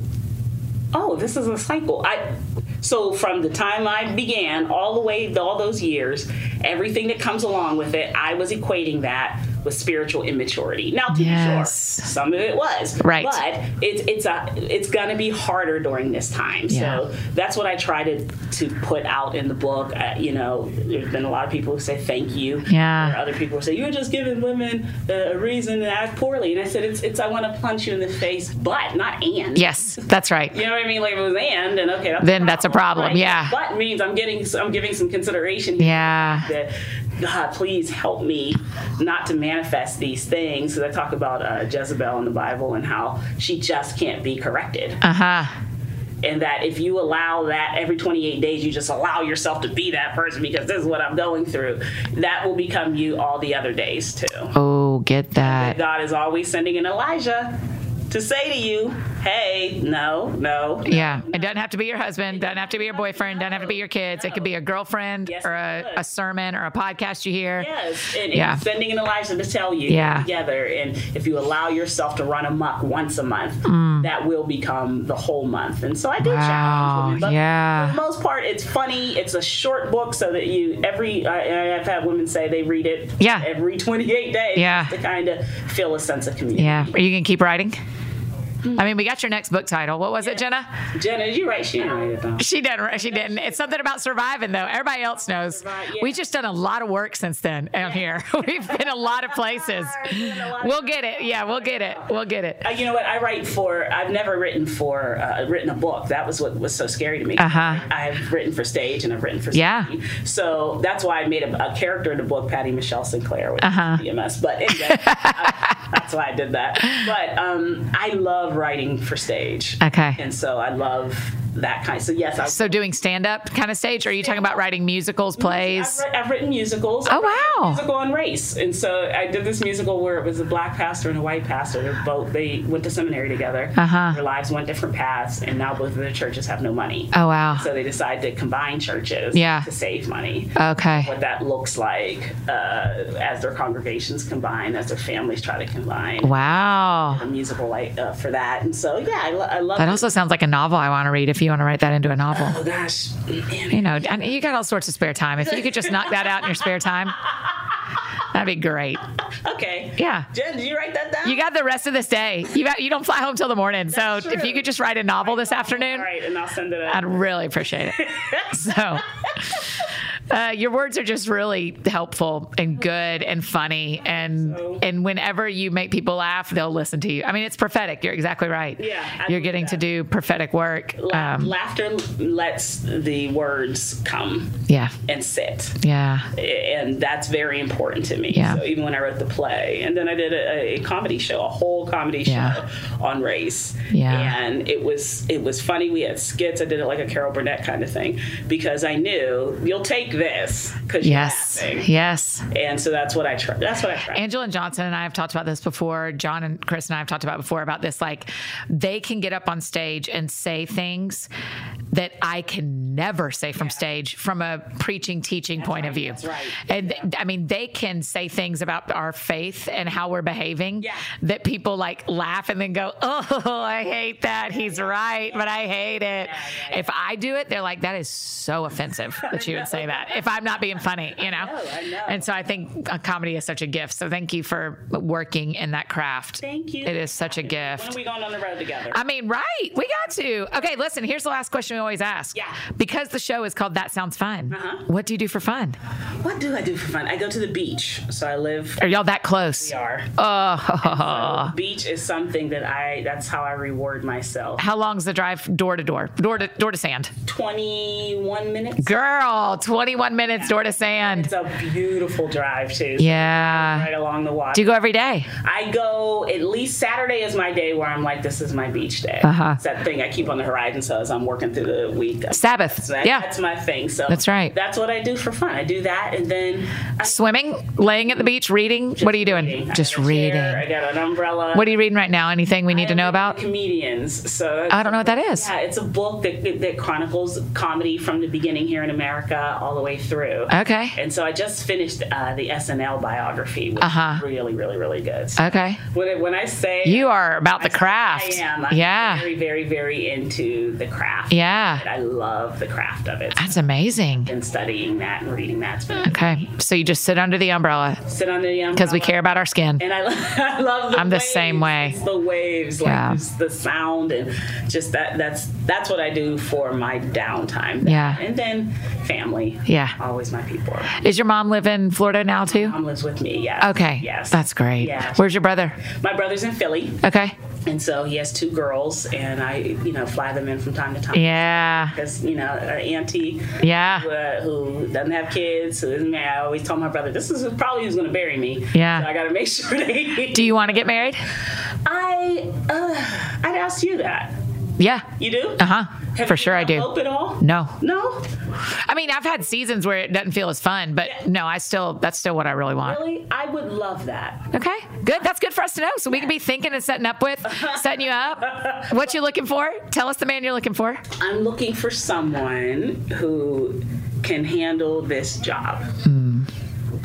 S2: oh, this is a cycle. I so from the time I began all the way to all those years, everything that comes along with it, I was equating that with spiritual immaturity. Now, to be sure,
S1: Yes.
S2: some of it was
S1: Right.
S2: but it's it's a it's gonna be harder during this time.
S1: Yeah.
S2: So that's what I try to to put out in the book. Uh, you know, there's been a lot of people who say thank you.
S1: Yeah.
S2: There are other people who say you're just giving women uh, a reason to act poorly, and I said it's it's I want to punch you in the face, but not and.
S1: Yes, that's right.
S2: You know what I mean? Like if it was and, then okay. That's
S1: Then that's a problem,
S2: Right.
S1: yeah.
S2: But means I'm getting, I'm giving some consideration. here
S1: Yeah.
S2: That God, please help me not to manifest these things. Because I talk about uh, Jezebel in the Bible and how she just can't be corrected,
S1: Uh huh.
S2: and that if you allow that every 28 days, you just allow yourself to be that person because this is what I'm going through. That will become you all the other days too.
S1: Oh, get that.
S2: God is always sending an Elijah to say to you, hey, no, no.
S1: Yeah. It doesn't have to be your husband, doesn't have to be your boyfriend, doesn't have to be your kids. It could be a girlfriend
S2: Yes,
S1: or
S2: it
S1: a,
S2: could.
S1: a sermon or a podcast you hear.
S2: Yes, and,
S1: Yeah.
S2: and spending in the lives to tell you
S1: Yeah.
S2: together, and if you allow yourself to run amok once a month,
S1: Mm.
S2: that will become the whole month. And so I do
S1: Wow,
S2: challenge women, but
S1: yeah.
S2: for the most part, it's funny. It's a short book, so that you every I, I've had women say they read it
S1: Yeah.
S2: every twenty eight days
S1: Yeah.
S2: to kind of feel a sense of community.
S1: Yeah. Are you going to keep writing? I mean, we got your next book title. What was it, Jenna?
S2: Jenna, you're right. She didn't write it down.
S1: She didn't. She didn't. It's something about surviving, though. Everybody else knows.
S2: Survive, yeah.
S1: We've just done a lot of work since then out here. We've been a lot of places. We'll get it. Yeah, we'll get it. We'll get it.
S2: Uh, you know what? I write for. I've never written for uh, written a book. That was what was so scary to me.
S1: Uh-huh.
S2: I've written for stage and I've written for
S1: Yeah.
S2: screen. So that's why I made a, a character in the book, Patty Michelle Sinclair, with
S1: Uh-huh.
S2: EMS. But anyway, I- that's why I did that. But um, I love writing for stage.
S1: Okay.
S2: And so I love that kind. So yes, I.
S1: So, doing stand up kind of stage, or are you talking about writing musicals,
S2: I've,
S1: plays?
S2: writ- I've written musicals.
S1: Oh,
S2: I've written a
S1: wow.
S2: Musical on race, and so I did this musical where it was a black pastor and a white pastor. They're both they went to seminary together.
S1: Uh-huh.
S2: Their lives went different paths, and now both of their churches have no money.
S1: Oh, wow.
S2: So they decide to combine churches
S1: Yeah. Oh.
S2: to save money.
S1: Okay.
S2: What that looks like uh, as their congregations combine, as their families try to combine.
S1: Wow.
S2: A musical like uh, for that, and so yeah, I, lo- I love
S1: That
S2: it.
S1: also sounds like a novel I want to read if you want to write that into a novel.
S2: Oh gosh, man,
S1: You know, and you got all sorts of spare time. If you could just knock that out in your spare time, that'd be great.
S2: okay,
S1: Yeah.
S2: Jen, did you write that down?
S1: You got the rest of this day. You got, you don't fly home till the morning. So
S2: That's
S1: if
S2: true.
S1: you could just write a novel this afternoon,
S2: All right, and I'll send it. Up.
S1: I'd really appreciate it. So uh, your words are just really helpful and good and funny and
S2: So-
S1: and whenever you make people laugh, they'll listen to you. I mean, it's prophetic. You're exactly right.
S2: Yeah, I
S1: You're
S2: believe
S1: getting to
S2: that.
S1: do prophetic work.
S2: La-
S1: Um,
S2: laughter lets the words come
S1: yeah.
S2: and sit.
S1: Yeah.
S2: And that's very important to me.
S1: Yeah.
S2: So even when I wrote the play, and then I did a, a comedy show, a whole comedy show
S1: Yeah.
S2: on race.
S1: Yeah.
S2: And it was it was funny. We had skits. I did it like a Carol Burnett kind of thing because I knew you'll take this because
S1: Yes.
S2: you're laughing.
S1: Yes.
S2: And so that's what I try. That's what I try.
S1: Angela and Johnson and I have talked about this before. John and Chris and I have talked about before about this. Like, they can get up on stage and say things that I can never say from stage from a preaching, teaching point of view.
S2: that's right.
S1: And th- I mean, they can say things about our faith and how we're behaving
S2: Yeah.
S1: that people like laugh and then go, "Oh, I hate that. He's right, but I hate it." If I do it, they're like, "That is so offensive that you would say that." If I'm not being funny, you know.
S2: I know.
S1: And so I think a comedy is such a gift. So thank you for working in that craft.
S2: Thank you.
S1: It is such a
S2: when are
S1: gift.
S2: we going on the road together?
S1: I mean, right. We got to. Okay, listen, here's the last question we always ask.
S2: Yeah.
S1: Because the show is called That Sounds Fun.
S2: Uh-huh.
S1: What do you do for fun?
S2: what do I do for fun? I go to the beach. So I live.
S1: Are y'all that close?
S2: Are.
S1: Oh,
S2: beach is something that I that's how I reward myself.
S1: how long's the drive door to door? Door to door to sand.
S2: 21 minutes.
S1: Girl, 21 minutes door to sand.
S2: It's a beautiful drive too.
S1: Yeah.
S2: Right along the water.
S1: Do you go every day?
S2: I go at least Saturday is my day where I'm like, this is my beach day.
S1: Uh-huh.
S2: It's that thing I keep on the horizon. So as I'm working through the week, so
S1: Sabbath.
S2: that-
S1: yeah.
S2: that's my thing. So
S1: That's right.
S2: That's what I do for fun. I do that, and then I
S1: Swimming, laying at the beach, reading. what are you doing?
S2: I
S1: Just
S2: got a
S1: reading.
S2: chair, I got an umbrella.
S1: What are you reading right now? Anything we need to know about?
S2: comedians? So
S1: I don't know what that is.
S2: Yeah, it's a book that, that chronicles comedy from the beginning here in America all the way through.
S1: Okay.
S2: And so I just finished uh, the SNL biography, which
S1: Uh-huh.
S2: is really, really, really good.
S1: Okay.
S2: when, I- when I say
S1: You are about the
S2: I
S1: craft.
S2: am, I'm
S1: Yeah.
S2: very, very, very into the craft.
S1: Yeah.
S2: I love the craft of it.
S1: That's amazing.
S2: And studying that and reading that's been
S1: Okay. So you just sit under the umbrella
S2: sit on the um,
S1: because Uh, we care about our skin.
S2: and I, lo- I love the
S1: I'm the
S2: waves.
S1: same way.
S2: It's the waves like
S1: Yeah.
S2: just the sound and just that that's that's what I do for my downtime
S1: Yeah.
S2: and then family
S1: Yeah.
S2: always my people
S1: Is your mom live in Florida now too?
S2: mom lives with me yes
S1: Okay.
S2: yes
S1: That's great.
S2: Yes.
S1: Where's your brother?
S2: my brother's in Philly
S1: Okay.
S2: and so he has two girls and I you know fly them in from time to time
S1: Yeah.
S2: because you know an auntie who,
S1: Yeah.
S2: uh, who doesn't have kids who isn't married I always tell my brother this is who- probably who's going to bury me
S1: Yeah.
S2: so I got to make sure that he
S1: Do you want to get married?
S2: I uh, I'd ask you that.
S1: Yeah.
S2: You do?
S1: Uh huh.
S2: Have
S1: For
S2: you
S1: sure I
S2: found
S1: do.
S2: Hope at all?
S1: No.
S2: No.
S1: I mean, I've had seasons where it doesn't feel as fun, but no, I still, that's still what I really want.
S2: Really, I would love that.
S1: Okay, good. That's good for us to know. So we can be thinking and setting up with, setting you up. What you looking for? Tell us the man you're looking for.
S2: I'm looking for someone who can handle this job.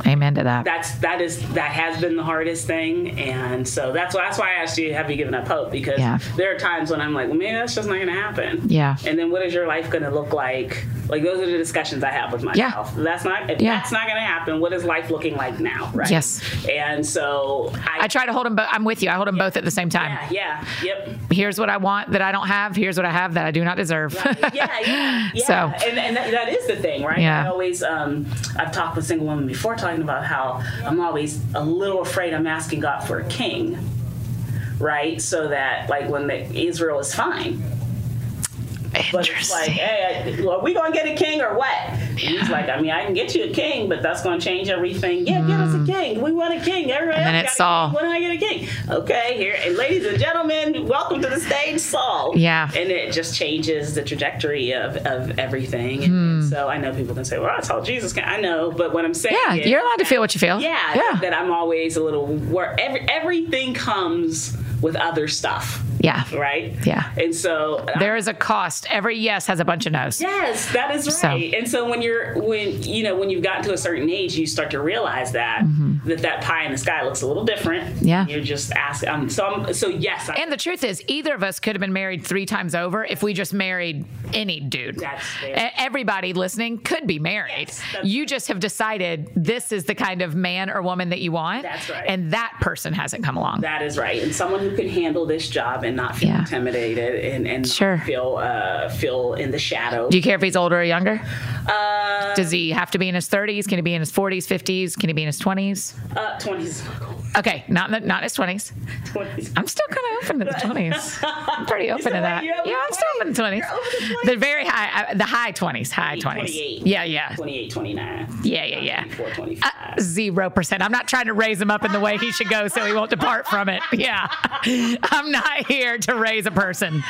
S1: Amen to that.
S2: That's that is that has been the hardest thing, and so that's why that's why I asked you, have you given up hope? Because
S1: Yeah.
S2: there are times when I'm like, well, maybe that's just not going to happen.
S1: Yeah.
S2: And then what is your life going to look like? Like those are the discussions I have with myself. That's not if
S1: Yeah.
S2: that's not going to happen. What is life looking like now? Right.
S1: Yes.
S2: And so I.
S1: I try to hold them both. I'm with you. I hold them both at the same time.
S2: yeah, yeah. Yep.
S1: Here's what I want that I don't have. Here's what I have that I do not deserve.
S2: yeah, yeah, yeah.
S1: So-
S2: and, and that, that is the thing, right?
S1: Yeah.
S2: I always, um, I've talked with single women before talking about how I'm always a little afraid I'm asking God for a king, right? So that like when the, Israel is fine, but it's like,
S1: Interesting.
S2: hey, I- are we gonna get a king or what? And He's like, I mean, I can get you a king, but that's gonna change everything. Yeah, give us a king. We want a king. Everybody
S1: Hmm. And then
S2: else
S1: it's
S2: got
S1: Saul.
S2: a king. When I get a king, okay, here, and ladies and gentlemen, welcome to the stage, Saul.
S1: Yeah.
S2: and it just changes the trajectory of of everything. And
S1: Hmm.
S2: so I know people can say, well, that's all Jesus can. I know, but what I'm saying,
S1: Yeah,
S2: is-
S1: you're allowed to feel what you feel.
S2: yeah,
S1: Yeah.
S2: That, that I'm always a little where every, everything comes with other stuff,
S1: yeah.
S2: right?
S1: Yeah.
S2: and so
S1: There is a cost. Every yes has a bunch of no's.
S2: Yes, that is
S1: So-
S2: right. And so when you're when you know when you've gotten to a certain age, you start to realize that that that pie in the sky looks a little different.
S1: Mm-hmm. Yeah.
S2: you're just asking. Um, so I'm, so yes, I,
S1: And the truth is, either of us could have been married three times over if we just married any dude.
S2: That's fair.
S1: E- Everybody listening could be married.
S2: Yes, that's
S1: you just have decided this is the kind of man or woman that you want.
S2: That's right.
S1: And that person hasn't come along.
S2: that is right. And someone who can handle this job and not feel
S1: Yeah.
S2: intimidated and and not
S1: Sure.
S2: feel uh, feel in the shadow.
S1: Do you care if he's older or younger?
S2: Uh,
S1: Does he have to be in his 30s? Can he be in his 40s, 50s? Can he be in his 20s?
S2: uh, twenties,
S1: Okay, not in the, not his 20s.
S2: twenties.
S1: I'm still kind of open to the 20s. I'm pretty open
S2: still
S1: to
S2: like-
S1: that.
S2: you're open
S1: yeah,
S2: to
S1: I'm still open to 20s.
S2: You're open to 20s?
S1: The very high, uh, the high 20s, high 20s.
S2: 28.
S1: Yeah, yeah.
S2: 28, 29.
S1: Yeah, yeah, yeah.
S2: 24, 25.
S1: Zero percent. I'm not trying to raise him up in the way he should go so he won't depart from it. Yeah. I'm not here to raise a person.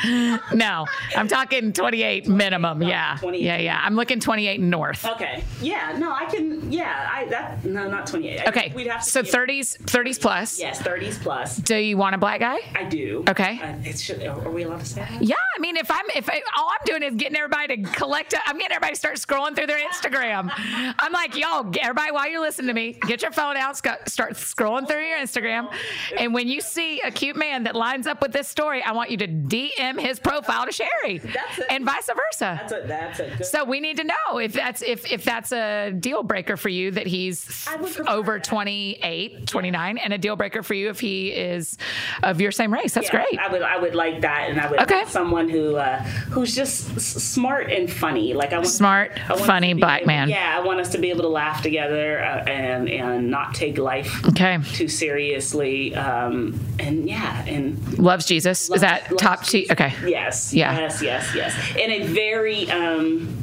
S1: No, I'm talking 28 minimum. Yeah.
S2: 28.
S1: Yeah, yeah. I'm looking 28 north.
S2: okay. Yeah. No, I can. Yeah. I that no, not twenty eight.
S1: Okay.
S2: We'd have to
S1: So
S2: be-
S1: 30s, 30s plus.
S2: Yes, thirties plus.
S1: Do you want a black guy?
S2: I do.
S1: Okay.
S2: Uh, it should, are are we allowed to say that?
S1: Yeah, I mean, if I'm if I, all I'm doing is getting everybody to collect, i I'm getting everybody to start scrolling through their Instagram. I'm like, y'all, get- everybody, while you're listening to me, get your phone out, sc- start scrolling through your Instagram, and when you see a cute man that lines up with this story, I want you to DM his profile to Sherry,
S2: That's it.
S1: and vice versa.
S2: That's a that's a good.
S1: So we need to know if that's if if that's a deal breaker for you that he's
S2: I would prefer
S1: over
S2: that.
S1: 28, 29, and a deal breaker for you if he is of your same race. That's
S2: yeah,
S1: great.
S2: I would I would like that, and I would
S1: Okay.
S2: like someone who uh, who's just s- smart and funny. Like I want
S1: Smart,
S2: I want us
S1: funny
S2: to be
S1: black
S2: able-
S1: man.
S2: Yeah, I want us to be able to laugh together uh, and and not take life
S1: Okay.
S2: too seriously. Um, and yeah, and
S1: Loves Jesus.
S2: Loves-
S1: Is that
S2: loves
S1: top two? Okay.
S2: Yes.
S1: Yeah.
S2: Yes. Yes. Yes. In a very, um,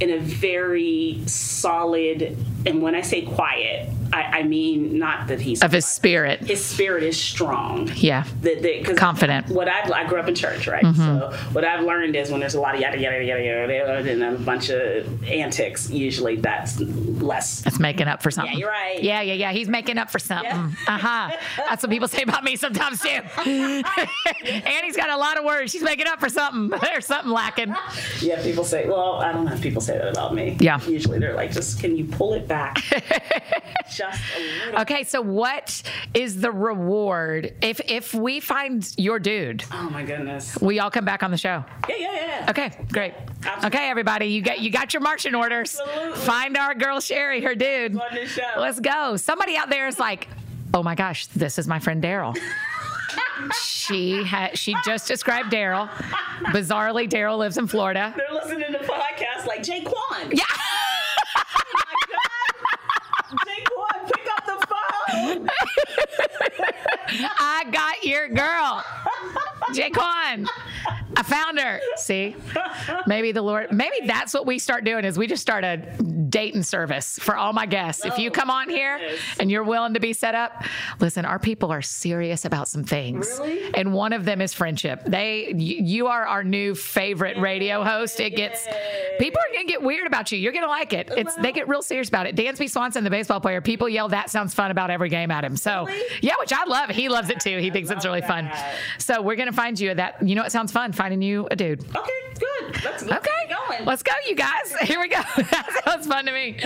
S2: in a very solid, and when I say quiet, I, I mean not that he's
S1: Of his spirit.
S2: his spirit is strong.
S1: Yeah.
S2: That, that, 'cause
S1: Confident.
S2: What I've I grew up in church, right?
S1: Mm-hmm.
S2: So what I've learned is when there's a lot of yada yada yada yada and a bunch of antics, usually that's less.
S1: That's making up for something.
S2: you're right.
S1: Yeah, yeah, yeah. He's making up for something. Uh huh. That's what people say about me sometimes too. Annie's got a lot of words. She's making up for something. There's something lacking.
S2: Yeah, people say. Well, I don't know if people say that about me.
S1: Yeah.
S2: Usually they're like, just can you pull it back, just a little.
S1: Okay, so what is the reward if if we find your dude?
S2: Oh my goodness.
S1: We all come back on the show.
S2: Yeah, yeah, yeah.
S1: Okay, great.
S2: Absolutely.
S1: Okay, everybody, you got you got your marching orders.
S2: Absolutely.
S1: Find our girl Sherry, her dude.
S2: On this show.
S1: Let's go. Somebody out there is like, oh my gosh, this is my friend Daryl. she had she just described Daryl. Bizarrely, Daryl lives in Florida.
S2: They're listening to podcasts like Jay Quan.
S1: Yeah.
S2: Jay Quan, pick up the phone.
S1: I got your girl. Jaquan. I found her. See? Maybe the Lord maybe that's what we start doing is we just start a
S4: dating service for all my guests. if you come on here
S2: goodness.
S4: and you're willing to be set up, listen, our people are serious about some things.
S2: Really?
S4: And one of them is friendship. They you, you are our new favorite radio host. It gets people are going to get weird about you. You're going to like it. It's they get real serious about it. Dansby Swanson, the baseball player, people yell that sounds fun about every game at him. So, yeah, which I love. He loves it too. He thinks it's really fun. So, we're going to find you that. You know it sounds fun finding you a dude.
S2: Okay, good. Let's, let's
S4: Okay.
S2: keep going.
S4: Let's go, you guys. Here we go. that sounds fun to me.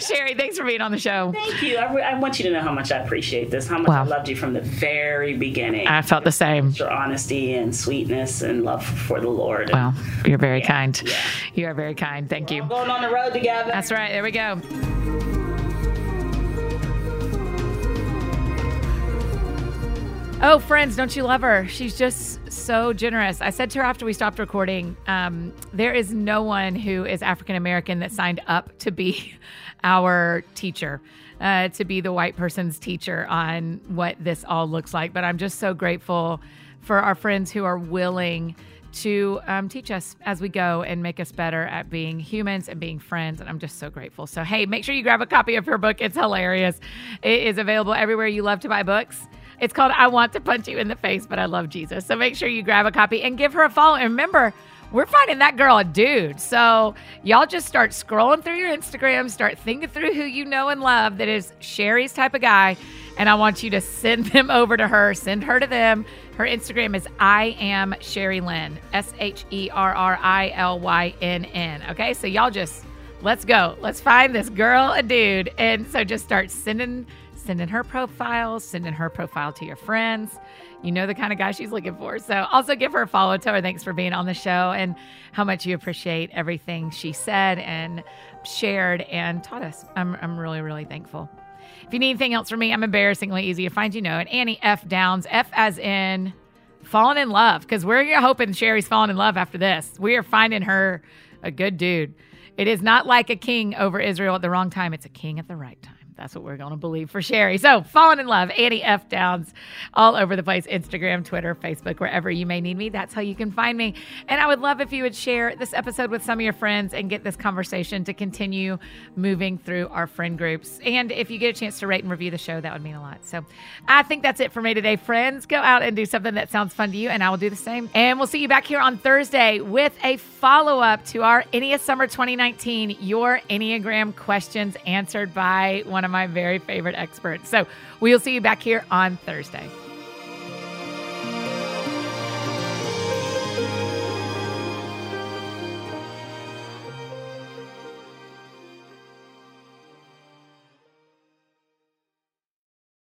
S4: Sherry, thanks for being on the show.
S2: Thank you. I, re- I want you to know how much I appreciate this, how much
S4: Wow.
S2: I loved you from the very beginning.
S4: I felt the same.
S2: your honesty and sweetness and love for the Lord.
S4: Wow, you're very kind. You are very kind. Thank you.
S2: We're going on the road together.
S4: That's right. There we go.
S1: Oh, friends, don't you love her? She's just so generous. I said to her after we stopped recording, um, there is no one who is African American that signed up to be our teacher, uh, to be the white person's teacher on what this all looks like. But I'm just so grateful for our friends who are willing to um, teach us as we go and make us better at being humans and being friends. And I'm just so grateful. So, hey, make sure you grab a copy of her book. It's hilarious. It is available everywhere you love to buy books. It's called I Want to Punch You in the Face, but I Love Jesus. So make sure you grab a copy and give her a follow. And remember, we're finding that girl a dude. So y'all just start scrolling through your Instagram, start thinking through who you know and love that is Sherry's type of guy. And I want you to send them over to her, send her to them. Her Instagram is I am Sherry Lynn, S H E R R I L Y N N. Okay, so y'all just let's go. Let's find this girl a dude. And so just start sending sending her profile, sending her profile to your friends. You know the kind of guy she's looking for. So also give her a follow. Tell her thanks for being on the show and how much you appreciate everything she said and shared and taught us. I'm, I'm really, really thankful. If you need anything else from me, I'm embarrassingly easy to find. You know it. Annie F. Downs, F as in falling in love, because we're hoping Sherry's falling in love after this. We are finding her a good dude. It is not like a king over Israel at the wrong time, it's a king at the right time. That's what we're going to believe for Sherry. So, falling in love, Annie F. Downs, all over the place Instagram, Twitter, Facebook, wherever you may need me. That's how you can find me. And I would love if you would share this episode with some of your friends and get this conversation to continue moving through our friend groups. And if you get a chance to rate and review the show, that would mean a lot. So, I think that's it for me today, friends. Go out and do something that sounds fun to you, and I will do the same. And we'll see you back here on Thursday with a follow up to our Enneagram Summer 2019 Your Enneagram Questions Answered by one of my very favorite experts. So, we'll see you back here on Thursday.